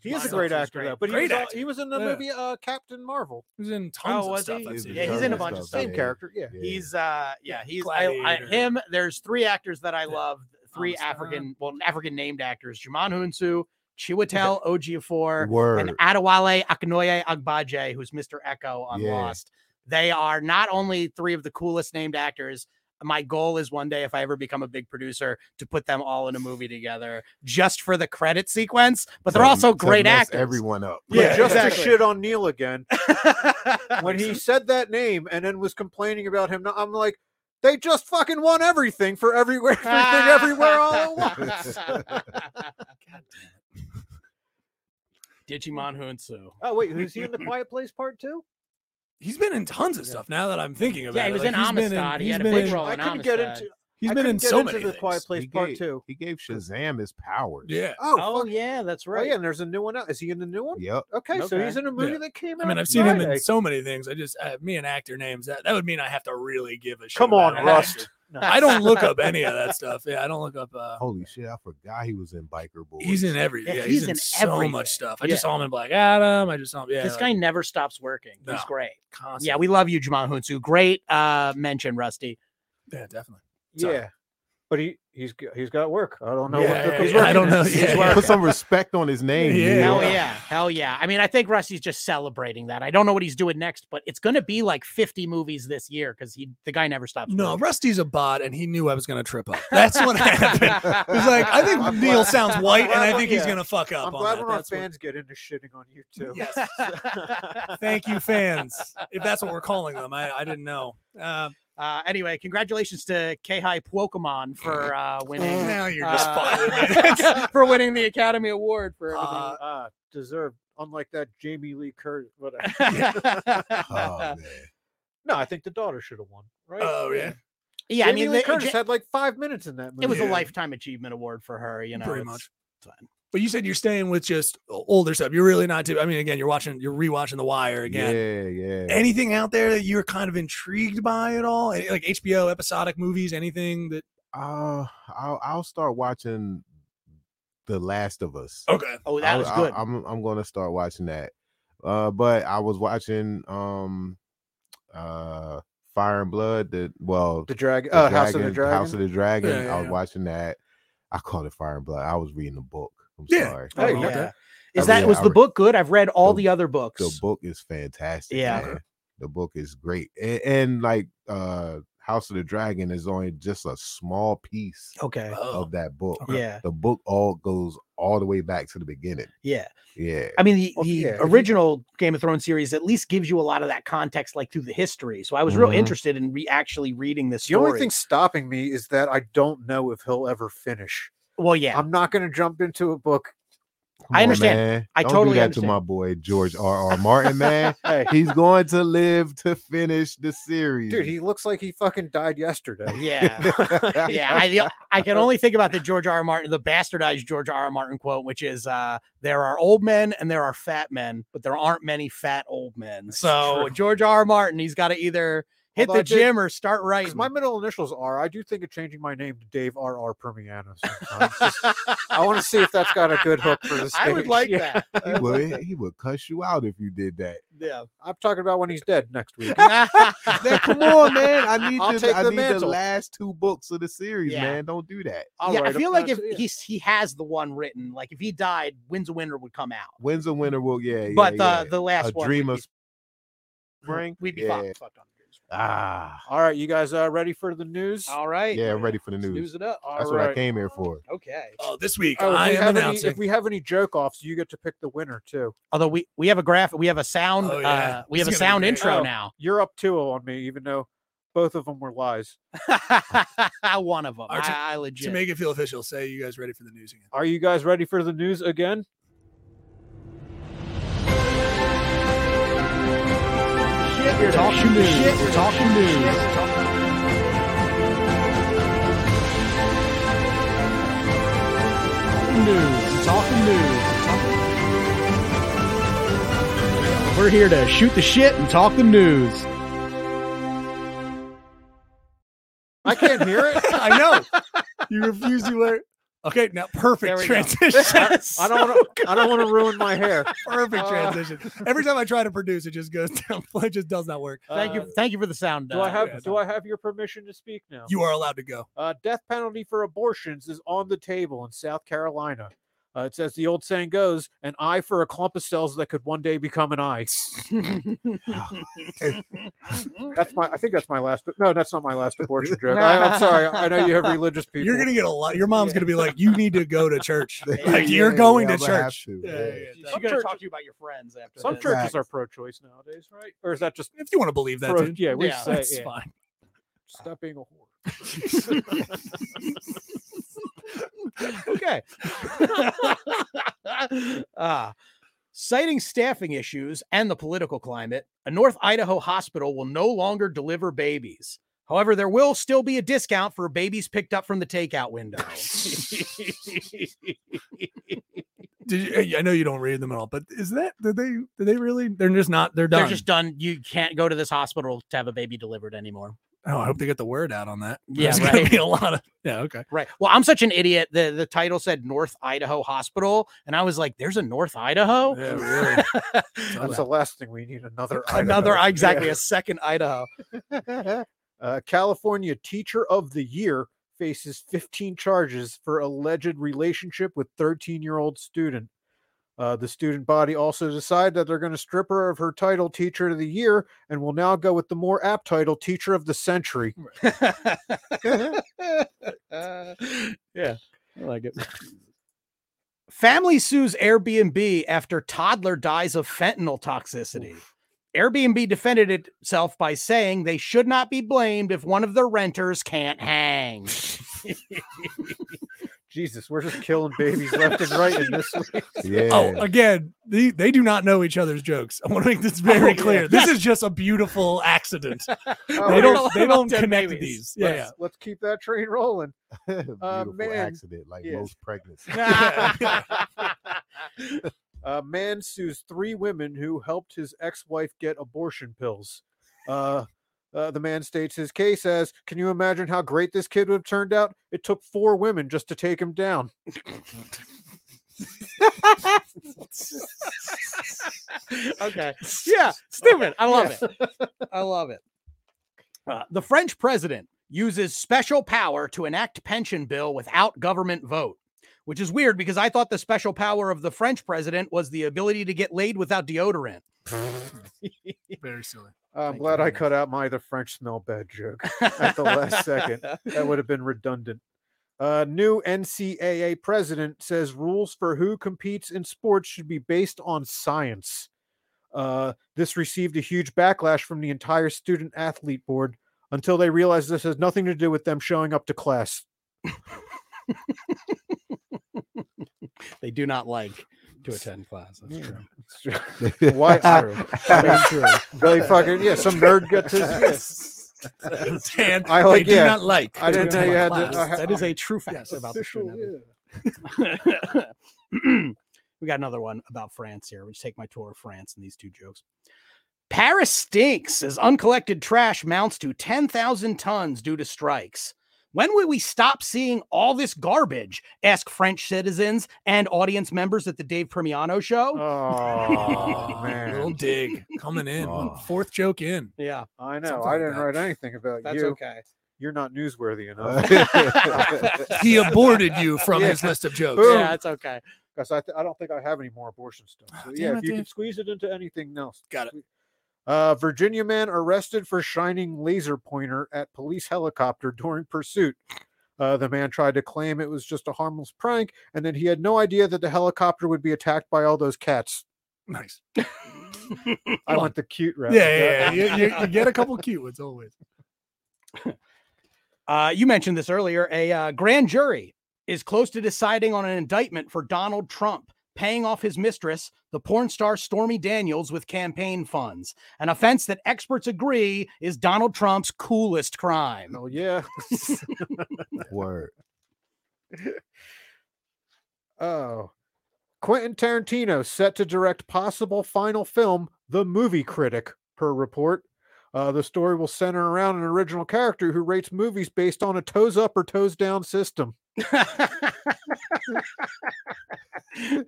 S2: He is a
S5: Mine
S2: great
S5: also is
S2: actor,
S5: great.
S2: though. But he
S5: Great
S2: was, al-
S5: actor.
S2: he was in the
S5: Yeah.
S2: movie uh, Captain Marvel.
S5: He was in
S3: Oh,
S5: tons of
S3: was
S5: stuff.
S3: he?
S5: I've
S4: He's
S5: seen.
S4: in
S3: Yeah, he's in a bunch of
S4: stuff,
S2: Same
S4: yeah.
S2: character, yeah.
S4: Yeah.
S3: He's uh yeah, he's I, I,
S5: Gladiator.
S3: him. There's three actors that I
S5: Yeah.
S3: love. Three
S5: Thomas
S3: African, well, African named actors: Jamon Hunsu, Chiwetel Ejiofor,
S4: Word.
S3: and Adewale Akinoye Agbaje, who's Mr. Echo on
S4: Yeah.
S3: Lost. They are not only three of the coolest named actors. My goal is one day, if I ever become a big producer, to put them all in a movie together just for the credit sequence. But they're
S4: To-
S3: also
S4: to
S3: great
S4: mess
S3: actors.
S4: Everyone up.
S2: But
S5: Yeah,
S2: just
S3: exactly.
S2: to shit on Neil again. when he said that name and then was complaining about him, I'm like, they just fucking won everything for everywhere, everything, everywhere all at once.
S3: Digimon Hunsu.
S2: Oh wait, who's he in the Quiet Place Part Two?
S5: He's been in tons of stuff now that I'm thinking about
S3: Yeah, he
S5: it.
S3: was
S5: Like,
S3: in
S5: he's been
S3: Amistad. He
S5: he's
S3: had a
S5: been
S3: big
S5: in-
S3: role.
S2: I
S3: in
S2: couldn't get
S3: Amistad.
S2: into.
S5: He's
S2: I
S5: been in
S2: couldn't get
S5: so
S2: into
S5: many
S2: the Quiet
S5: things.
S2: Place
S4: He
S2: Part
S4: gave-
S2: Two.
S4: He gave Shazam his powers.
S5: Yeah.
S2: Oh,
S3: Oh
S2: fuck.
S3: yeah, that's
S2: Oh,
S3: right.
S2: yeah, and there's a new one out. Is he in the new one?
S4: Yep.
S2: Okay, so he's
S3: Okay.
S2: in a movie
S5: Yeah.
S2: that came out.
S5: I mean, I've seen him in
S2: Friday.
S5: so many things. I just, uh, me and actor names, that, that would mean I have to really give a shit.
S2: Come on,
S5: about an actor.
S2: Rust.
S5: I don't look up any of that stuff. Yeah, I don't look up. Uh,
S4: Holy shit! I forgot he was in Biker Boys.
S5: he's in every. Yeah, he's, in, so
S3: everything.
S5: much stuff. I
S3: Yeah.
S5: just saw him in Black Adam. I just saw him. Yeah,
S3: This
S5: like,
S3: guy never stops working.
S5: No.
S3: He's great.
S5: constant.
S3: Yeah, we love you, Jamon Hunsu. Great uh, mention, Rusty.
S5: yeah, definitely. Sorry.
S2: Yeah, but he he's g- he's got work. I don't know.
S5: Yeah,
S2: what
S5: yeah,
S2: the, he's
S5: yeah, I
S2: working.
S5: don't know.
S2: He's
S5: Yeah,
S2: working.
S4: Put some respect on his name.
S5: Yeah.
S4: Neil.
S3: Hell yeah. Hell yeah. I mean, I think Rusty's just celebrating that. I don't know what he's doing next, but it's gonna be like 50 movies this year because he the guy never stops.
S5: No,
S3: working.
S5: Rusty's a bot, and he knew I was gonna trip up. That's what happened. He's like, I
S2: I'm
S5: think Neil
S2: glad-
S5: sounds
S2: I'm
S5: white, and
S2: glad
S5: I
S2: we're-
S5: think he's
S2: yeah.
S5: gonna fuck up.
S2: I'm
S5: on
S2: glad
S5: that.
S2: when our
S5: That's what-
S2: fans get into shitting on you too.
S5: Yes. Thank you, fans. If that's what we're calling them, I, I didn't know. Uh,
S3: Uh, anyway, congratulations to Kehai Pokemon
S2: Mm-hmm.
S3: for uh,
S2: Mm.
S3: winning.
S5: now you're just
S3: uh,
S5: fired.
S3: for winning the Academy Award for everything.
S5: Uh,
S2: Ah, deserved. Unlike that Jamie Lee Curtis. Whatever.
S4: Oh, man.
S2: no, I think the daughter should have won. Right?
S5: Oh yeah,
S3: yeah, I
S2: Jamie
S3: mean,
S2: Lee
S3: the-
S2: Curtis
S3: Ja-
S2: had like five minutes in that movie.
S3: it was a
S5: Yeah.
S3: lifetime achievement award for her. You know,
S5: Pretty
S3: it's
S5: much.
S3: fine.
S5: but you said you're staying with just o- older stuff. You're really not too. I mean, again, you're watching, you're rewatching The Wire again.
S4: Yeah, yeah.
S5: Anything out there that you're kind of intrigued by at all? Any- Like HBO episodic movies, anything that?
S4: Uh, I'll I'll start watching The Last of Us.
S5: Okay,
S3: Oh, that
S4: I-
S3: was
S4: I-
S3: good.
S4: I'm I'm gonna start watching that. Uh, but I was watching um, uh, Fire and Blood. The well,
S2: The Dragon.
S4: the
S2: Uh, House of the
S4: Dragon-
S2: Dragon.
S4: House of the Dragon.
S5: Yeah, yeah,
S4: I was
S5: yeah.
S4: watching that. I called it Fire and Blood. I was reading the book. I'm
S5: Yeah.
S4: sorry.
S2: Hey,
S5: Oh,
S2: no-
S5: okay.
S3: Is
S4: I
S3: that
S4: read-
S3: was
S4: I
S3: the
S4: re-
S3: book good? I've read all
S4: the-
S3: the other books.
S4: The book is fantastic.
S3: Yeah.
S4: man. The book is great. And, and like uh House of the Dragon is only just a small piece
S3: Okay.
S5: Oh,
S4: of that book.
S5: okay.
S3: Yeah.
S4: The book all goes all the way back to the beginning.
S3: Yeah.
S4: Yeah.
S3: I mean, the,
S2: Well,
S3: the
S2: yeah, if you-
S3: original Game of Thrones series at least gives you a lot of that context, like through the history. So I was real
S4: Mhm.
S3: interested in re- actually reading this
S2: The
S3: story.
S2: only thing stopping me is that I don't know if he'll ever finish.
S3: well, yeah.
S2: I'm not going to jump into a book.
S4: Come
S3: I
S4: on,
S3: understand.
S4: man.
S3: I
S4: Don't
S3: totally
S4: do that
S3: understand.
S4: to my boy George R. R. Martin, man.
S2: Hey,
S4: He's going to live to finish the series.
S3: Mm-hmm.
S2: dude, he looks like he fucking died yesterday.
S3: yeah. yeah, I, the- I can only think about the George R. R. Martin, the bastardized George R. R. Martin quote, which is uh, there are old men and there are fat men, but there aren't many fat old men. So
S2: true.
S3: George R. R. Martin, he's got to either Hit
S2: Although I
S3: the
S2: did-
S3: gym or start writing.
S2: Because my middle initials are. I do think of changing my name to Dave R R Permiano. sometimes. Just- I want to see if that's got a good hook for the stage.
S3: I would like
S2: Yeah.
S3: that.
S4: He would, he would cuss you out if you did that.
S3: Yeah.
S2: I'm talking about when he's dead next week.
S4: Now, come on, man. I need
S2: I'll
S4: the,
S2: take
S4: I
S2: the
S4: need the
S2: mantle.
S4: last two books of the series,
S3: Yeah.
S4: man. Don't do that.
S2: I'll
S3: yeah, I
S2: write a
S3: feel like if
S2: pass- yeah.
S3: he's he has the one written, like if he died, Winds of Winter would come out.
S4: When's a winner? Will yeah, yeah,
S3: but uh,
S4: yeah.
S3: the the last
S4: a
S3: one,
S4: dream
S3: we'd
S4: of spring.
S3: be, we'd be
S4: yeah.
S3: fucked, fucked on.
S4: Ah,
S2: All right, you guys uh, ready for the news?
S3: All right.
S4: yeah, I'm ready for the
S3: Let's
S4: news.
S3: News it up. All
S4: That's
S3: right.
S4: what I
S2: right.
S4: came here for.
S3: Okay.
S5: Oh, this week
S2: Oh, if,
S5: I
S2: we
S5: am
S2: have any,
S5: announcing.
S2: if we have any joke offs, you get to pick the winner too.
S3: Although we we have a graphic, we have a sound,
S5: Oh, yeah.
S3: uh, we
S5: This
S3: have a
S5: is gonna
S3: sound
S5: be great.
S3: intro
S2: Oh.
S3: now.
S2: You're up 2 on me, even though both of them were lies.
S3: one of them.
S5: Or
S3: I,
S5: to-
S3: I
S5: to
S3: legit.
S5: make it feel official, say you guys ready for the news again.
S2: Are you guys ready for the news again?
S3: shit, we're talking news. Shit, we're talking news. News, talking news. We're here to shoot the shit and talk the news.
S2: I can't hear it.
S5: I know. You refuse to wear. Okay, now
S3: There
S5: perfect
S3: we go.
S5: transition.
S2: I don't. Wanna, I don't want to ruin my hair.
S5: perfect
S2: Uh.
S5: transition. Every time I try to produce, it just goes down. It just does not work.
S3: Thank
S2: Uh,
S3: you, thank you for the sound.
S2: Do I
S3: uh,
S2: have
S5: yeah,
S2: Do I have your permission to speak now?
S5: You are allowed to go.
S2: Uh, death penalty for abortions is on the table in South Carolina. Uh, it says the old saying goes, "An eye for a clump of cells that could one day become an eye." That's my. I think that's my last. No, that's not my last abortion joke. I, I'm sorry. I know you have religious people.
S5: You're gonna get a lot. Your mom's gonna be like, "You need to go to church.
S4: Yeah,
S5: Like
S4: yeah,
S5: you're
S4: yeah,
S5: going
S4: I'm
S5: to
S4: gonna have
S5: church."
S4: to,
S5: Yeah,
S4: yeah.
S5: yeah, yeah.
S3: She's gonna talk to you about your friends after
S2: Some
S3: this.
S2: churches are pro-choice nowadays, right? Or is that just?
S5: If you want to believe that,
S2: pro-
S5: dude,
S2: yeah, we
S3: Yeah,
S2: say
S5: that's
S2: yeah.
S5: fine.
S2: Stop being a whore.
S3: okay. Ah, citing staffing issues and the political climate, a North Idaho hospital will no longer deliver babies. However, there will still be a discount for babies picked up from the takeout window.
S5: Did you, I know you don't read them at all, but is that did they did they really? They're just not. They're done.
S3: They're just done. You can't go to this hospital to have a baby delivered anymore.
S5: oh, I hope they get the word out on that.
S3: Yeah,
S5: There's gonna
S3: right.
S5: be a lot of yeah. Okay,
S3: Right. Well, I'm such an idiot. The the title said North Idaho Hospital, and I was like, "There's a North Idaho."
S5: Yeah, really.
S2: That's the last thing we need. Another.
S3: Another
S2: Idaho.
S3: exactly a second Idaho.
S2: uh, California Teacher of the Year faces 15 charges for alleged relationship with 13 year old student. Uh, the student body also decided that they're going to strip her of her title Teacher of the Year and will now go with the more apt title Teacher of the Century.
S3: yeah, I like it. Family sues Airbnb after toddler dies of fentanyl toxicity. Airbnb defended itself by saying they should not be blamed if one of their renters can't hang.
S2: Jesus, we're just killing babies left and right in this. league.
S4: Yeah.
S5: Oh, again, they, they do not know each other's jokes. I want to make this very
S3: yeah.
S5: clear. This is just a beautiful accident.
S2: Oh,
S5: they
S3: we don't
S5: don't
S3: know
S5: they
S3: about
S5: don't
S3: dead
S5: connect
S3: babies.
S5: these. Yeah, yeah.
S2: Let's, let's keep that train rolling.
S4: Beautiful
S2: man.
S4: accident, like
S2: Yes.
S4: most pregnancies.
S2: A man sues three women who helped his ex-wife get abortion pills. Uh, uh, the man states his case as, "Can you imagine how great this kid would have turned out? It took four women just to take him down."
S3: okay. Yeah. Stupid. I love it. I love it. Uh, the French president uses special power to enact pension bill without government vote, which is weird because I thought the special power of the French president was the ability to get laid without deodorant.
S5: Very silly.
S2: I'm
S3: Thank
S2: glad I
S3: goodness.
S2: cut out my "the French smell bad" joke at the last second. That would have been redundant. Uh, new NCAA president says rules for who competes in sports should be based on science. Uh, this received a huge backlash from the entire student athlete board until they realized this has nothing to do with them showing up to class.
S3: They do not like to attend class. That's
S2: Yeah.
S3: true.
S2: Why? I mean, they fucking yeah. Some nerd gets his. yeah.
S5: And
S2: I like-
S5: they do
S2: yeah.
S5: not like.
S2: I
S5: to
S2: didn't know
S5: attend
S2: you had to-
S5: class.
S2: I ha-
S5: That is a
S3: true fact
S5: Yes,
S3: about the
S2: Official,
S3: French.
S2: yeah.
S3: we got another one about France here. We just take my tour of France and these two jokes. Paris stinks as uncollected trash mounts to 10,000 tons due to strikes. When will we stop seeing all this garbage? Ask French citizens and audience members at the Dave Premiano show.
S2: Uh, Oh
S5: Little
S2: man,
S5: dig coming in.
S4: Oh.
S5: Fourth joke in.
S3: yeah,
S2: I know.
S5: Something
S2: I
S5: like
S2: didn't
S5: that.
S2: write anything about
S3: that's
S2: you.
S3: okay.
S2: You're not newsworthy enough.
S5: He aborted you from
S2: Yeah.
S5: his list of jokes.
S2: Boom.
S3: Yeah, that's okay.
S2: Because I, th- I don't think I have any more abortion stuff. So yeah,
S5: Ah, damn
S2: if
S5: it,
S2: you can
S5: Dave.
S2: squeeze it into anything else.
S5: Got it.
S2: Uh, Virginia man arrested for shining laser pointer at police helicopter during pursuit. Uh, the man tried to claim it was just a harmless prank, and then he had no idea that the helicopter would be attacked by all those cats.
S5: Nice.
S2: I went the cute
S5: Yeah,
S2: route.
S5: yeah, yeah. You, you- you get a couple cute ones always.
S3: Uh, you mentioned this earlier. A uh, grand jury is close to deciding on an indictment for Donald Trump paying off his mistress, the porn star Stormy Daniels, with campaign funds, an offense that experts agree is Donald Trump's coolest crime.
S2: Hell yeah.
S4: Word.
S2: Oh. Quentin Tarantino set to direct possible final film, The Movie Critic, per report. Uh, the story will center around an original character who rates movies based on a toes up or toes down system.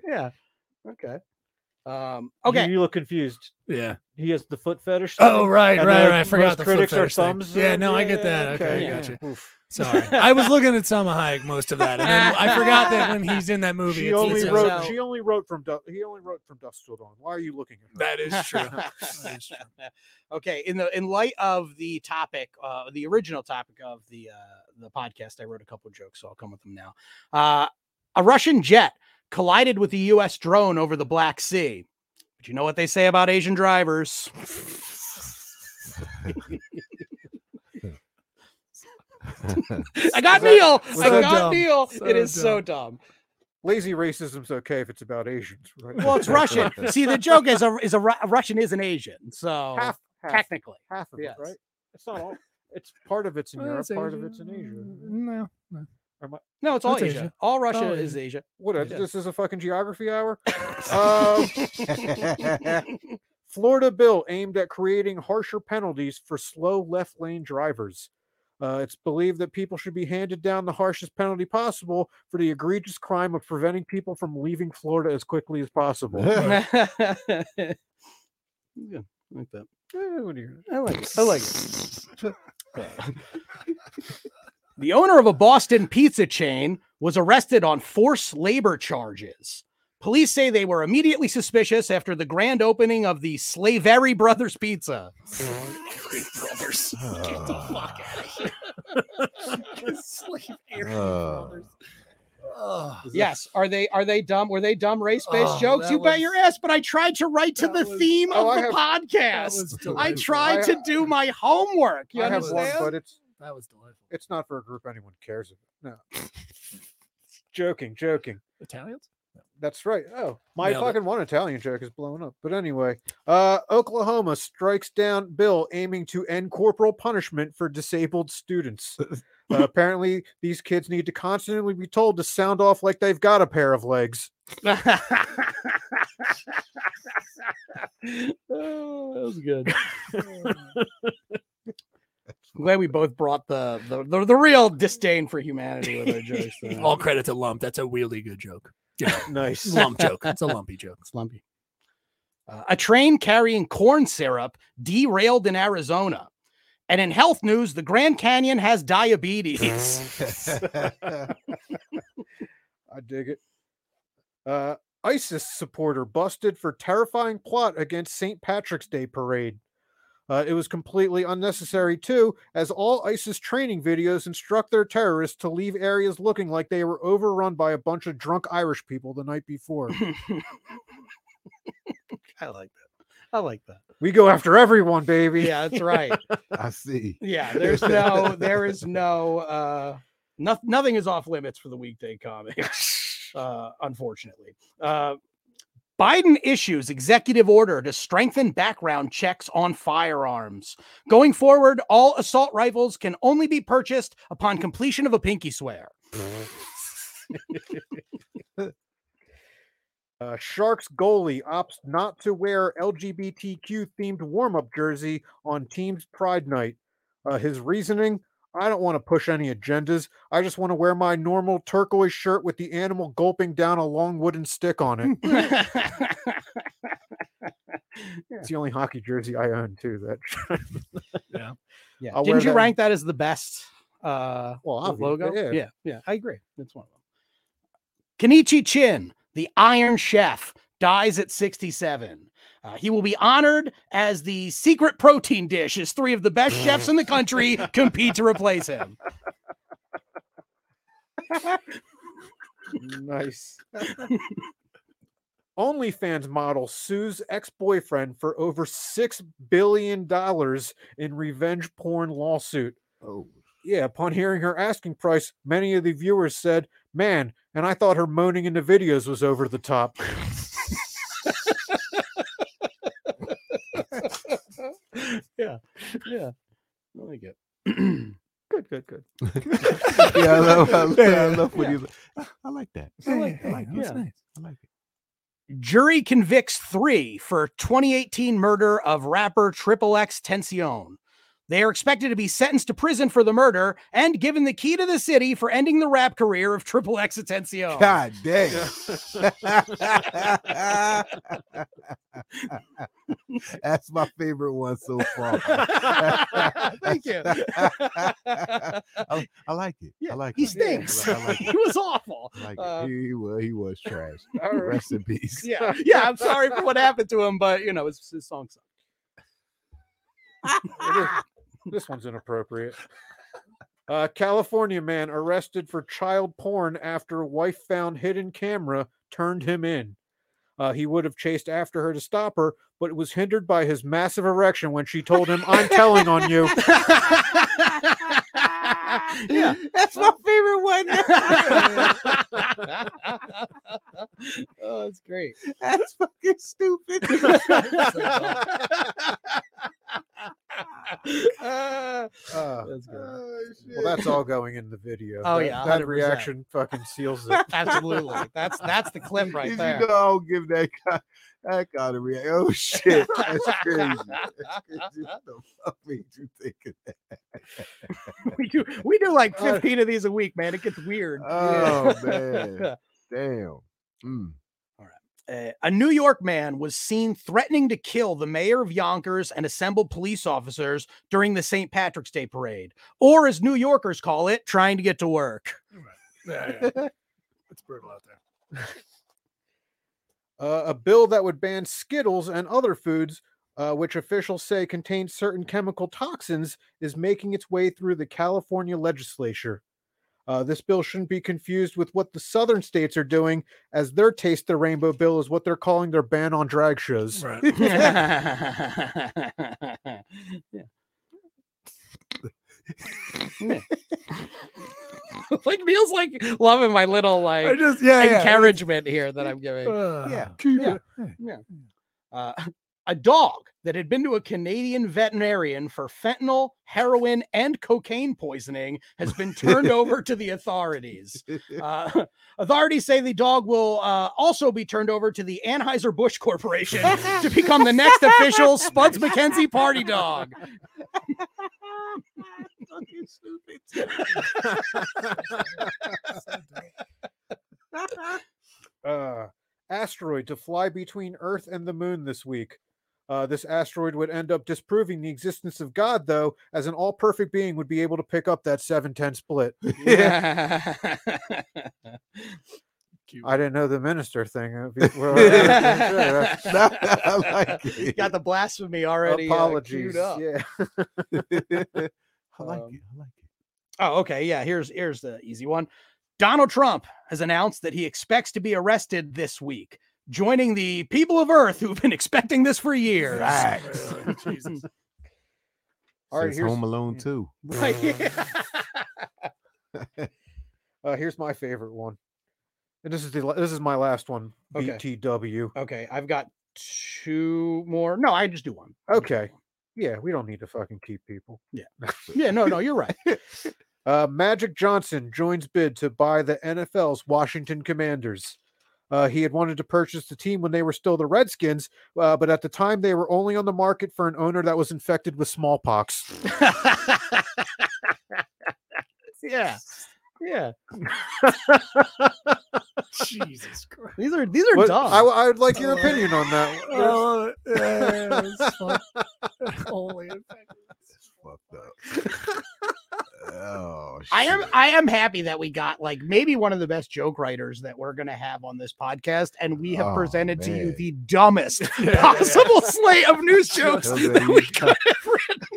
S3: yeah. Okay. Um, okay.
S2: You look confused.
S5: Yeah.
S2: He has the foot fetish.
S5: Oh, right,
S2: And
S5: right,
S2: they're-
S5: right. I forgot
S2: most
S5: the flip
S2: critics are
S5: fetish thing.
S2: thumbs
S5: Yeah,
S2: up.
S5: no, I get
S2: Yeah,
S5: that. Okay,
S2: okay,
S5: I
S2: yeah.
S5: gotcha. Sorry. I was looking at Salma Hayek most of that, and then I forgot that when he's in that movie,
S2: She
S5: it's-
S2: only
S5: it's-
S2: wrote.
S3: so-
S2: She only wrote from. Du- He only wrote from Dust Till Dawn. Why are you looking at her?
S5: That is true. That is true.
S3: okay. In the in light of the topic, uh, the original topic of the uh, the podcast, I wrote a couple jokes, so I'll come with them now. Uh, a Russian jet collided with a U.S. drone over the Black Sea. But you know what they say about Asian drivers? I got
S2: that-
S3: Neil.
S5: was
S3: I
S5: that
S3: got
S5: dumb?
S3: Neil.
S5: So
S3: it is so dumb.
S2: Lazy racism's okay if it's about Asians, right?
S3: Well, it's Russian. See, the joke is a is a, Ru- a Russian is an Asian, so
S2: half, half,
S3: technically,
S2: half of
S3: yes.
S2: it, right? It's not all. It's part of it's in
S5: Well,
S2: Europe,
S5: that's
S2: part of
S5: Asia. Mm-hmm.
S2: it's in Asia.
S5: No.
S3: no, it's all
S5: That's
S3: Asia.
S5: Asia.
S3: All Russia
S5: All
S3: is Asia.
S2: What?
S5: Yeah.
S2: This is a fucking geography hour. um, Florida bill aimed at creating harsher penalties for slow left lane drivers. Uh, it's believed that people should be handed down the harshest penalty possible for the egregious crime of preventing people from leaving Florida as quickly as possible. Eh,
S3: yeah, like that.
S2: what do you-
S3: I like it. I like it. the owner of a Boston pizza chain was arrested on forced labor charges. Police say they were immediately suspicious after the grand opening of the Slavery Brothers Pizza.
S5: Brothers. Get the fuck out of here. Slave Aryan
S4: Uh.
S5: brothers. Ugh.
S3: Yes, are they are they dumb? Were they dumb race based
S5: Oh,
S3: jokes?
S5: that
S3: You bet
S5: was-
S3: your ass. But I tried to write to
S5: that
S3: the
S5: was-
S3: theme
S2: oh,
S3: of
S2: I
S3: the
S5: That
S3: podcast.
S5: was
S3: I
S5: delightful.
S3: tried to do my homework. You
S2: I have
S3: understand?
S2: one, but it's
S5: That was delightful.
S2: it's not for a group anyone cares about. No, joking, joking.
S5: Italians?
S2: That's right. Oh, my
S5: Nailed it.
S2: fucking one Italian joke is blown up. But anyway, uh, Oklahoma strikes down bill aiming to end corporal punishment for disabled students. Uh, apparently, these kids need to constantly be told to sound off like they've got a pair of legs.
S3: oh, that was good. Glad we both brought the the, the, the real disdain for humanity with our jokes. there.
S5: All credit to Lump. That's a really good joke.
S2: Nice.
S5: Lump joke. It's a lumpy joke.
S3: It's lumpy. Uh, a train carrying corn syrup derailed in Arizona. And in health news, the Grand Canyon has diabetes.
S2: I dig it. Uh, ISIS supporter busted for terrifying plot against St. Patrick's Day parade. Uh, it was completely unnecessary too, as all ISIS training videos instruct their terrorists to leave areas looking like they were overrun by a bunch of drunk Irish people the night before.
S3: I like that. I like that.
S2: we go after everyone, baby.
S3: Yeah, that's right.
S4: I see.
S3: Yeah, there's no, there is no, uh, noth- nothing is off limits for the weekday comic, uh, unfortunately. Uh, Biden issues executive order to strengthen background checks on firearms. Going forward, all assault rifles can only be purchased upon completion of a pinky swear.
S2: Uh, Sharks goalie opts not to wear LGBTQ themed warm up jersey on team's Pride Night. Uh, his reasoning I don't want to push any agendas. I just want to wear my normal turquoise shirt with the animal gulping down a long wooden stick on it. It's the only hockey jersey I own, too. That
S3: yeah.
S2: I'll wear
S3: Didn't you
S2: that in-
S3: rank that as the best uh
S2: well,
S3: the
S2: obviously,
S3: logo?
S2: yeah.
S3: yeah, I agree. That's one of them. Kenichi Chin, the Iron Chef, dies at 67. Uh, he will be honored as the secret protein dish as three of the best chefs in the country compete to replace him.
S2: Nice. OnlyFans model sues ex-boyfriend for over six billion dollars in revenge porn lawsuit.
S4: Oh,
S2: Yeah, upon hearing her asking price, many of the viewers said, "Man," and I thought her moaning in the videos was over the top.
S3: yeah. Yeah. I like it.
S2: Good, good, good.
S4: yeah, I love, I love, I
S5: Yeah.
S4: love when you. I, I like that.
S5: I like, I like,
S3: hey,
S5: that's
S3: yeah.
S5: nice.
S4: I like it.
S3: Jury convicts three for 2018 murder of rapper Triple X Tension. They are expected to be sentenced to prison for the murder and given the key to the city for ending the rap career of Triple X Tension.
S4: God damn. That's my favorite one so far.
S3: Thank you.
S4: I, I like it. I like
S3: he
S4: it. I li-
S3: stinks.
S4: I like
S3: he
S4: it.
S3: was awful.
S4: I like it.
S3: Uh,
S4: he, he was he was trash.
S2: All right.
S4: Rest in peace.
S3: yeah, yeah. I'm sorry for what happened to him, but you know, his, his song
S2: It is-
S3: sucked.
S2: this one's inappropriate. Uh, California man arrested for child porn after wife found hidden camera turned him in. Uh, he would have chased after her to stop her, but was hindered by his massive erection when she told him, "I'm telling on you."
S3: yeah,
S4: That's my favorite one.
S3: oh, that's great.
S4: That's fucking stupid.
S3: Uh,
S2: Uh,
S3: that's good.
S2: well, that's all going in the video.
S3: Oh,
S2: That-
S3: yeah,
S2: that
S3: 100%.
S2: reaction fucking seals it.
S3: Absolutely. That's that's the clip right
S4: Did
S3: there.
S4: You know, I'll give that guy that guy the reaction. Oh shit, that's crazy. That's crazy. What the fuck made you think of that?
S3: we do we do like
S2: Uh,
S3: 15 of these a week, man. It gets weird.
S4: Oh man, damn. Mm.
S3: Uh, a New York man was seen threatening to kill the mayor of Yonkers and assembled police officers during the St. Patrick's Day parade, or as New Yorkers call it, trying to get to work.
S5: Yeah, yeah. It's brutal out there.
S2: uh, a bill that would ban Skittles and other foods, uh, which officials say contain certain chemical toxins, is making its way through the California legislature. Uh, this bill shouldn't be confused with what the southern states are doing, as their Taste the Rainbow bill is what they're calling their ban on drag shows.
S5: Right.
S3: yeah. Yeah. like feels like loving my little like
S5: I just, yeah, yeah.
S3: encouragement here that I'm giving.
S5: Uh,
S4: Yeah.
S5: keep
S3: Yeah.
S5: it.
S3: uh, a dog that had been to a Canadian veterinarian for fentanyl, heroin, and cocaine poisoning has been turned over to the authorities. Uh, authorities say the dog will uh, also be turned over to the Anheuser-Busch Corporation to become the next official Spuds McKenzie party dog.
S4: Fucking stupid.
S2: uh, asteroid to fly between Earth and the Moon this week. Uh, this asteroid would end up disproving the existence of God, though, as an all perfect being would be able to pick up that 710 split.
S5: Cute.
S2: I didn't know the minister thing. uh, be- well, yeah, sure,
S4: No, I like it.
S3: Got the blasphemy
S2: uh,
S3: already. uh,
S2: Apologies.
S3: queued up.
S2: yeah.
S4: I like
S3: Um,
S4: it. I like it.
S3: Oh, okay. Yeah, here's here's the easy one. Donald Trump has announced that he expects to be arrested this week, joining the people of Earth who've been expecting this for years.
S4: Facts.
S5: Really, Jesus.
S2: All right,
S4: Says
S2: here's-
S4: Home Alone too.
S3: Right, yeah.
S2: Uh, here's my favorite one, and this is the la- this is my last one.
S3: Okay.
S2: BTW.
S3: Okay, I've got two more. No, I just do one.
S2: Okay. Yeah, we don't need to fucking keep people.
S3: Yeah, no, no, you're right.
S2: Uh, Magic Johnson joins bid to buy the NFL's Washington Commanders. Uh, he had wanted to purchase the team when they were still the Redskins, uh, but at the time they were only on the market for an owner that was infected with smallpox.
S3: yeah. Yeah.
S5: Jesus Christ.
S3: These are these are
S2: What-
S3: dumb.
S2: I, w- I would like your
S5: Oh.
S2: opinion on that.
S5: I love it. Yeah, it's fun. Holy
S4: It's fucked up. oh, shit.
S3: I am I am happy that we got like maybe one of the best joke writers that we're gonna have on this podcast, and we have
S4: Oh,
S3: presented to you
S4: man.
S3: the dumbest possible slate of news jokes
S4: Tell me
S3: that
S4: you
S3: we
S4: got-
S3: could have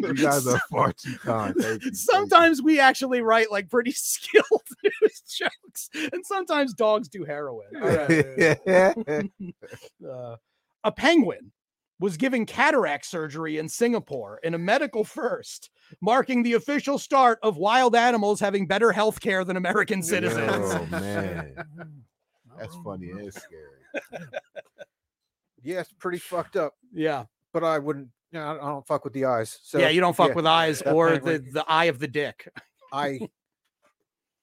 S4: You
S3: written.
S4: guys are far too kind. Thank you, thank you.
S3: sometimes we actually write like pretty skilled news jokes, and sometimes dogs do heroin. All right.
S4: Oh,
S3: uh, a penguin was given cataract surgery in Singapore in a medical first, marking the official start of wild animals having better health care than American citizens.
S4: Oh man, that's
S5: Not
S4: funny
S5: wrong.
S4: and scary.
S2: Yeah, it's pretty fucked up.
S3: Yeah.
S2: But I wouldn't. You know, I don't- I don't fuck with the eyes. So
S3: yeah, you don't fuck
S2: yeah,
S3: with eyes
S2: that
S3: or the,
S2: penguin-
S3: the eye of the dick.
S2: I.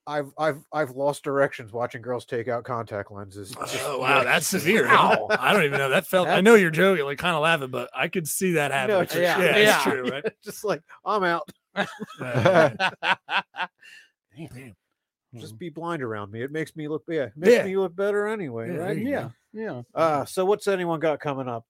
S2: I've I've I've lost directions watching girls take out contact lenses. It's just-
S5: Oh wow,
S2: yeah.
S5: that's severe. huh?
S3: Wow.
S5: I don't even know. That felt. I know you're joking, like kind of laughing, but I could see that happening.
S2: it's-
S5: yeah,
S3: yeah,
S5: it's
S3: yeah.
S5: true, right?
S2: just like I'm out.
S5: Uh,
S3: Damn.
S2: Just be blind around me. It makes me look yeah, it makes
S5: Yeah.
S2: me look better anyway,
S5: Yeah,
S2: right?
S5: there you
S3: Yeah. Yeah.
S2: Uh so what's anyone got coming up?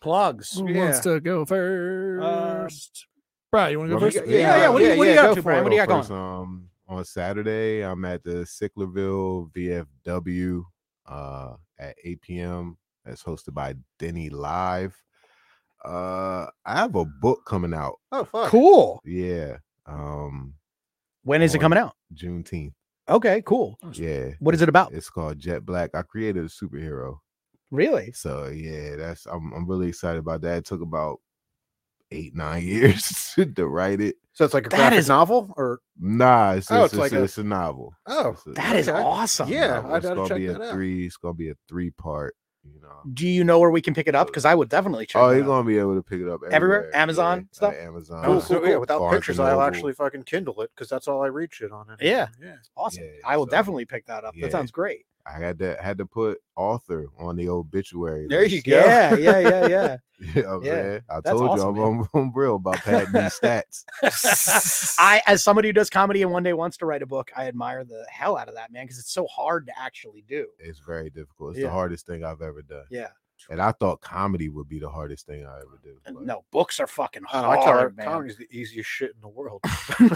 S3: Plugs.
S5: Who wants to go first? Bro, you want to go
S4: Well,
S5: first?
S4: we got-
S2: Yeah, yeah, what do you- what do you got
S3: up
S2: to,
S3: to,
S2: Brian?
S3: Brian?
S2: What do
S3: What do
S2: you
S3: you
S4: Well,
S3: got going?
S4: first, um, on Saturday, I'm at the Sicklerville VFW uh, at 8 p.m. That's hosted by Denny Live. Uh, I have a book coming out.
S2: Oh fuck.
S3: Cool.
S4: Yeah, um,
S3: When is it
S4: on
S3: coming out?
S4: Juneteenth.
S3: Okay, cool.
S4: Yeah,
S3: What is it about?
S4: it's called Jet Black. I created a superhero.
S3: Really?
S4: So yeah, that's I'm I'm really excited about that. It took about eight nine years to write it.
S2: So it's like a
S3: That
S2: graphic
S3: is-
S2: novel or
S4: Nah, it's,
S2: Oh,
S4: it's,
S2: it's like
S4: it's-
S2: a-
S4: it's a novel.
S2: oh
S4: It's a-
S3: That is
S2: Okay.
S3: awesome.
S2: Yeah,
S4: novel.
S2: I
S4: it's
S2: gotta
S4: gonna
S2: check
S4: be a
S2: that out.
S4: three. It's gonna be a three part. You know.
S3: Do you know where we can pick it up? Because I would definitely check.
S4: oh,
S3: that
S4: you're
S3: out.
S4: gonna be able to pick it up everywhere.
S3: Everywhere?
S4: yeah,
S3: Amazon
S4: on
S3: stuff?
S4: Amazon.
S2: Oh,
S3: cool,
S2: so
S3: cool,
S2: yeah,
S3: cool.
S2: without
S4: Barnes and
S2: pictures, I'll
S4: Noble.
S2: actually fucking Kindle it because that's all I read shit on. Anyway.
S3: Yeah.
S2: yeah.
S3: Awesome.
S4: Yeah,
S3: I will
S4: so-
S3: definitely pick that up.
S4: Yeah.
S3: That sounds great.
S4: I had to had to put author on the obituary.
S2: There you
S4: list.
S2: go.
S3: Yeah, yeah, yeah, yeah.
S4: You know what I'm
S3: Yeah,
S4: saying? I
S3: that's
S4: told
S3: awesome,
S4: you I'm, I'm, I'm real about padding these stats.
S3: I, as somebody who does comedy and one day wants to write a book, I admire the hell out of that man because it's so hard to actually do.
S4: It's very difficult. It's
S3: Yeah.
S4: the hardest thing I've ever done.
S3: Yeah.
S4: And I thought comedy would be the hardest thing I ever do.
S3: And
S4: but
S3: No, books are fucking
S2: I, don't know, I tell her
S3: hard,
S2: comedy's the easiest shit in the world.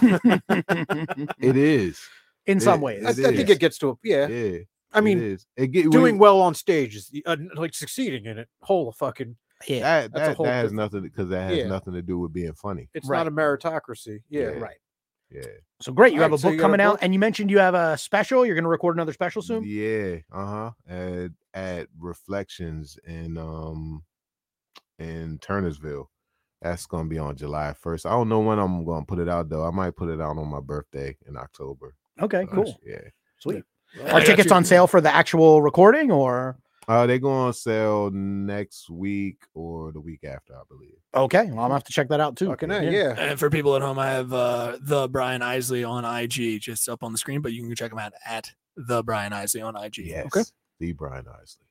S3: man.
S4: It is.
S3: In some
S4: It-
S3: ways,
S2: I, I think
S4: is.
S2: it gets to a yeah.
S4: Yeah. it
S2: I mean,
S4: is. it get, when
S2: doing
S4: you-
S2: well on stage is the- uh, like succeeding in it. Whole fucking
S3: yeah,
S2: that's
S4: that
S2: a
S4: that,
S2: whole
S4: that has
S2: different-
S4: nothing because that has
S2: Yeah.
S4: nothing to do with being funny.
S2: it's
S3: Right.
S2: not a meritocracy. Yeah.
S4: Yeah.
S3: right.
S4: Yeah.
S3: So great, you
S2: All
S3: have
S2: right,
S3: a
S2: so
S3: book
S2: you got a
S3: coming out,
S2: book?
S3: and you mentioned you have a special. You're going to record another special soon.
S4: Yeah. Uh-huh. At at Reflections in um in Turnersville. That's gonna be on July first. I don't know when I'm gonna put it out though. I might put it out on my birthday in October.
S3: Okay,
S4: So,
S3: cool,
S4: Yeah.
S3: sweet.
S5: Well, I
S3: Are
S5: got
S3: tickets
S5: you.
S3: on sale for the actual recording, or
S4: Uh, they go on sale next week or the week after, I believe.
S3: okay? Well, I'm gonna have to check that out too.
S2: Fucking A, yeah.
S5: And for people at home, I have uh, the Brian Isley on IG just up on the screen, but you can check him out at the Brian Isley on IG.
S4: Yes. The Brian Isley.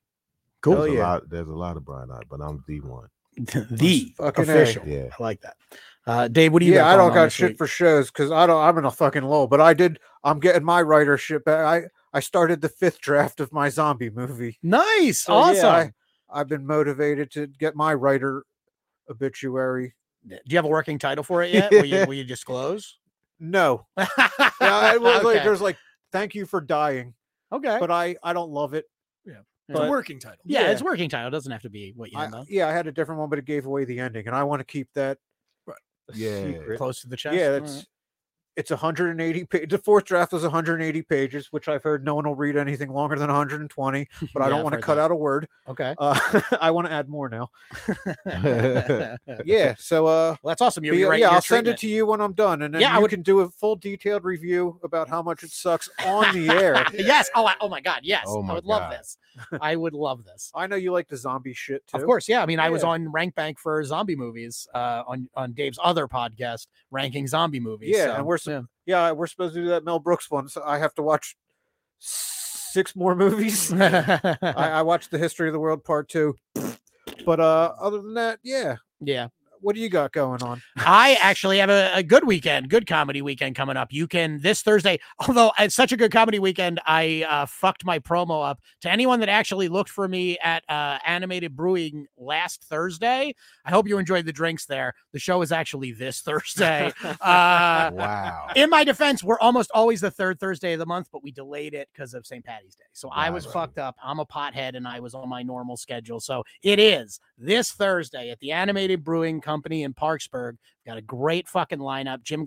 S3: Cool.
S4: There's,
S2: Hell
S4: a
S2: yeah.
S4: lot, there's a lot of Brian Isley, but I'm the one.
S3: the
S2: Fucking A.
S3: official.
S4: Yeah.
S3: I like that. Uh, Dave, what do you?
S2: Yeah, I
S3: going
S2: don't
S3: on
S2: got
S3: this
S2: shit
S3: week?
S2: for shows because I don't. I'm in a fucking lull, but I did. I'm getting my writership back. I I started the fifth draft of my zombie movie.
S3: Nice,
S2: So,
S3: awesome.
S2: Oh, yeah, I, I've been motivated to get my writer obituary.
S3: Do you have a working title for it yet? will, you, will you disclose?
S2: No,
S3: okay.
S2: yeah, I, well, like, there's like thank you for dying,
S3: okay.
S2: but I I don't love it.
S5: It's a
S3: But-
S5: working title.
S3: yeah,
S2: yeah.
S3: it's working title. It doesn't have to be what you
S2: I-
S3: know.
S2: yeah, I had a different one, but it gave away the ending, and I want to keep that. a
S4: Yeah.
S2: secret.
S3: Close to the chest.
S2: yeah,
S3: All
S2: that's it's 180 pages. The fourth draft was 180 pages, which I've heard no one will read anything longer than 120.
S3: right.
S2: But I
S3: Yeah,
S2: don't
S3: I've
S2: want to
S3: heard
S2: cut
S3: that.
S2: out a word. Uh, I want to add more now.
S3: Okay.
S2: Yeah. So, uh,
S3: well, that's awesome. You're,
S2: but yeah,
S3: you're right.
S2: yeah,
S3: your
S2: I'll send it
S3: treatment.
S2: to you when I'm done, and then
S3: Yeah, I
S2: you
S3: would-
S2: can do a full detailed review about how much it sucks on the air.
S3: yes. Oh, I, oh my God. Yes.
S4: Oh
S3: I
S4: my
S3: would love
S4: God.
S3: this. I would love this.
S2: I know you like the zombie shit too.
S3: Of course, yeah. I mean, I was
S2: Yeah.
S3: on Rank Bank for zombie movies uh, on on Dave's other podcast, ranking zombie movies.
S2: Yeah,
S3: so,
S2: and we're
S3: yeah.
S2: Yeah, we're supposed to do that Mel Brooks one, so I have to watch s- six more movies. I, I watched the History of the World Part Two, but uh, other than that, yeah.
S3: yeah.
S2: What do you got going on?
S3: I actually have a, a good weekend, good comedy weekend coming up. You can this Thursday, although it's such a good comedy weekend, I uh, fucked my promo up. To anyone that actually looked for me at uh, Animated Brewing last Thursday, I hope you enjoyed the drinks there. The show is actually this Thursday. Uh,
S4: Wow.
S3: in my defense, we're almost always the third Thursday of the month, but we delayed it because of St. Patty's Day. So I was
S4: Right.
S3: fucked up. I'm a pothead and I was on my normal schedule. So it is this Thursday at the Animated Brewing Company in Parksburg. Got a great fucking lineup. Jim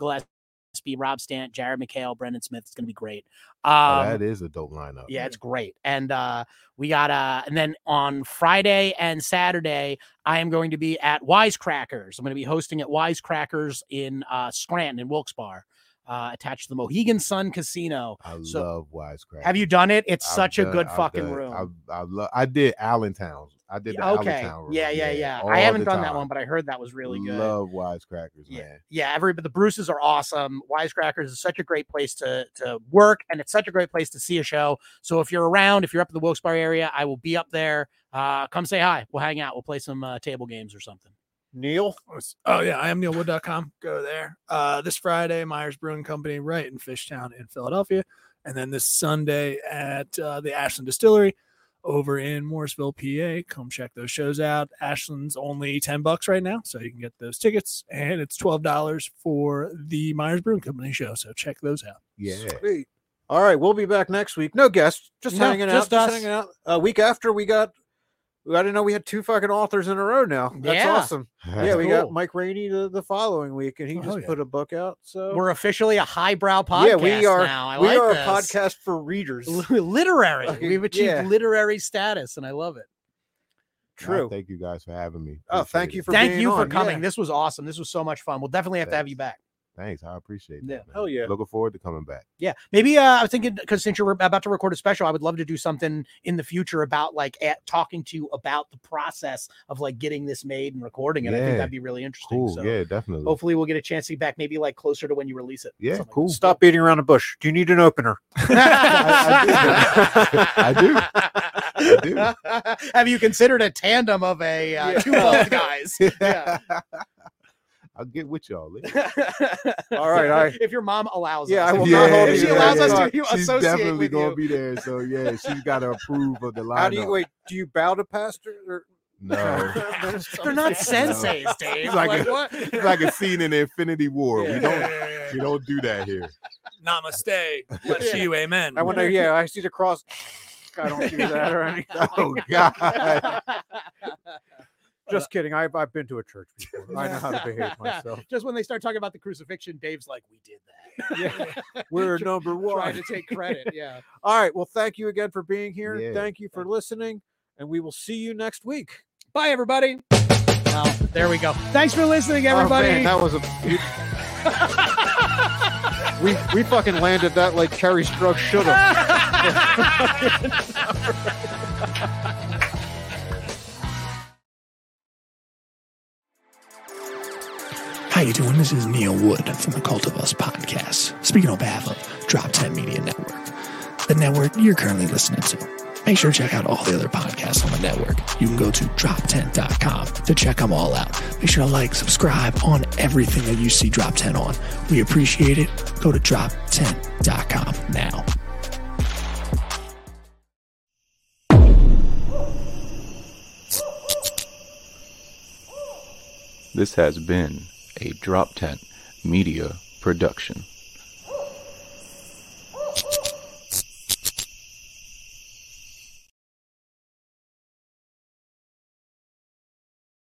S3: Gillespie, Rob Stant, Jared McHale, Brendan Smith. It's going to be great.
S4: Oh,
S3: Um,
S4: that is a dope lineup.
S3: yeah, it's great. And uh we got uh and then on Friday and Saturday, I am going to be at Wisecrackers. I'm gonna be hosting at Wisecrackers in uh Scranton in Wilkes Bar, uh attached to the Mohegan Sun Casino.
S4: I
S3: So-
S4: love Wisecrack.
S3: Have you done it? It's
S4: I've
S3: such a
S4: done-
S3: good
S4: I've
S3: fucking
S4: done-
S3: room.
S4: I, I love. I did Allentown. I did the
S3: okay.
S4: Allentown room.
S3: yeah, yeah, yeah.
S4: all
S3: I haven't
S4: the
S3: done that
S4: time.
S3: one, but I heard that was really good.
S4: Love Wisecrackers,
S3: Yeah.
S4: man.
S3: yeah, every but the Bruces are awesome. Wisecrackers is such a great place to to work, and it's such a great place to see a show. So if you're around, if you're up in the Wilkes Barre area, I will be up there. Uh, come say hi. We'll hang out. We'll play some uh, table games or something.
S2: Neil,
S5: Oh yeah, I am neilwood.com. Go there. Uh, this Friday, Myers Brewing Company, right in Fishtown in Philadelphia, and then this Sunday at uh, the Ashland Distillery over in Morrisville, PA. Come check those shows out. Ashland's only ten bucks right now, so you can get those tickets, and it's twelve dollars for the Myers Brewing Company show. So check those out.
S4: Yeah.
S2: Sweet. All right, we'll be back next week. No guests, just
S3: No,
S2: hanging
S3: just
S2: out. Just
S3: us.
S2: hanging out. A week after we got, I didn't know we had two fucking authors in a row now. That's
S3: Yeah.
S2: awesome. yeah, we got
S3: cool.
S2: Mike Rainey the, the following week, and he
S5: Oh,
S2: just
S5: yeah.
S2: put a book out. So
S3: We're officially a highbrow podcast
S2: Yeah, we are-
S3: now. I
S2: we
S3: like
S2: are
S3: this.
S2: a podcast for readers.
S3: literary.
S2: Fucking-
S3: We've achieved
S2: yeah.
S3: literary status, and I love it.
S2: True.
S4: Thank you guys for having me.
S2: Oh, thank
S4: Appreciate
S2: you
S4: it.
S2: for
S3: Thank
S2: being
S3: you for
S2: on,
S3: coming.
S2: yeah.
S3: This was awesome. This was so much fun. We'll definitely have to have you back.
S4: Thanks. I appreciate
S3: Yeah.
S4: that. man.
S2: Hell yeah.
S4: Looking forward to coming back.
S3: Yeah, maybe uh, I was thinking because since you're about to record a special, I would love to do something in the future about like at, talking to you about the process of like getting this made and recording it. I think
S4: Yeah.
S3: that'd be really interesting.
S4: Cool.
S3: so
S4: yeah, definitely.
S3: hopefully we'll get a chance to be back, maybe like closer to when you release it.
S4: Yeah,
S3: something like
S4: cool.
S2: Stop beating around the bush. Do you need an opener?
S4: I do.
S3: that. Have you considered a tandem of a uh,
S2: Yeah.
S3: two bald guys? Yeah.
S4: I'll get with y'all. later.
S2: All right, all right.
S3: If your mom allows
S2: Yeah,
S3: us,
S2: I will
S3: If
S2: not hold
S3: your- if
S2: you
S3: she
S2: to
S3: allows
S2: that.
S3: us to you
S4: She's
S3: associate
S4: definitely
S3: with
S4: gonna
S3: you.
S4: be there. So yeah, she's got to approve of the lineup.
S2: How do you wait? Do you bow to pastor? Or...
S4: No,
S3: They're not
S4: No.
S3: senseis, Dave.
S4: It's like
S3: Like,
S4: a-
S3: what?
S4: it's like a scene in Infinity War.
S2: Yeah.
S4: We don't, we don't do that here.
S5: Namaste. Bless
S2: Yeah.
S5: you. Amen.
S2: I want to. Yeah, I see the cross. I don't do that or anything.
S4: Oh God.
S2: Just kidding. I've, I've been to a church before. I know how to behave myself.
S3: Just when they start talking about the crucifixion, Dave's like, "We did that."
S2: Yeah. We're
S3: Try-
S2: number
S3: Trying
S2: one.
S3: to take credit. Yeah.
S2: All right. Well, thank you again for being here.
S4: Yeah.
S2: Thank you for listening, and we will see you next week.
S3: Bye, everybody. Well, there we go. Thanks for listening, everybody.
S2: Oh, man, that was a. we we fucking landed that like Kerry Stroke should have.
S5: How you doing? This is Neil Wood from the Cult of Us podcast, speaking on behalf of Drop 10 Media Network, the network you're currently listening to. Make sure to check out all the other podcasts on the network. You can go to drop10.com to check them all out. Make sure to like, subscribe on everything that you see Drop 10 on. We appreciate it. Go to drop10.com now.
S1: This has been a Drop Tent Media Production.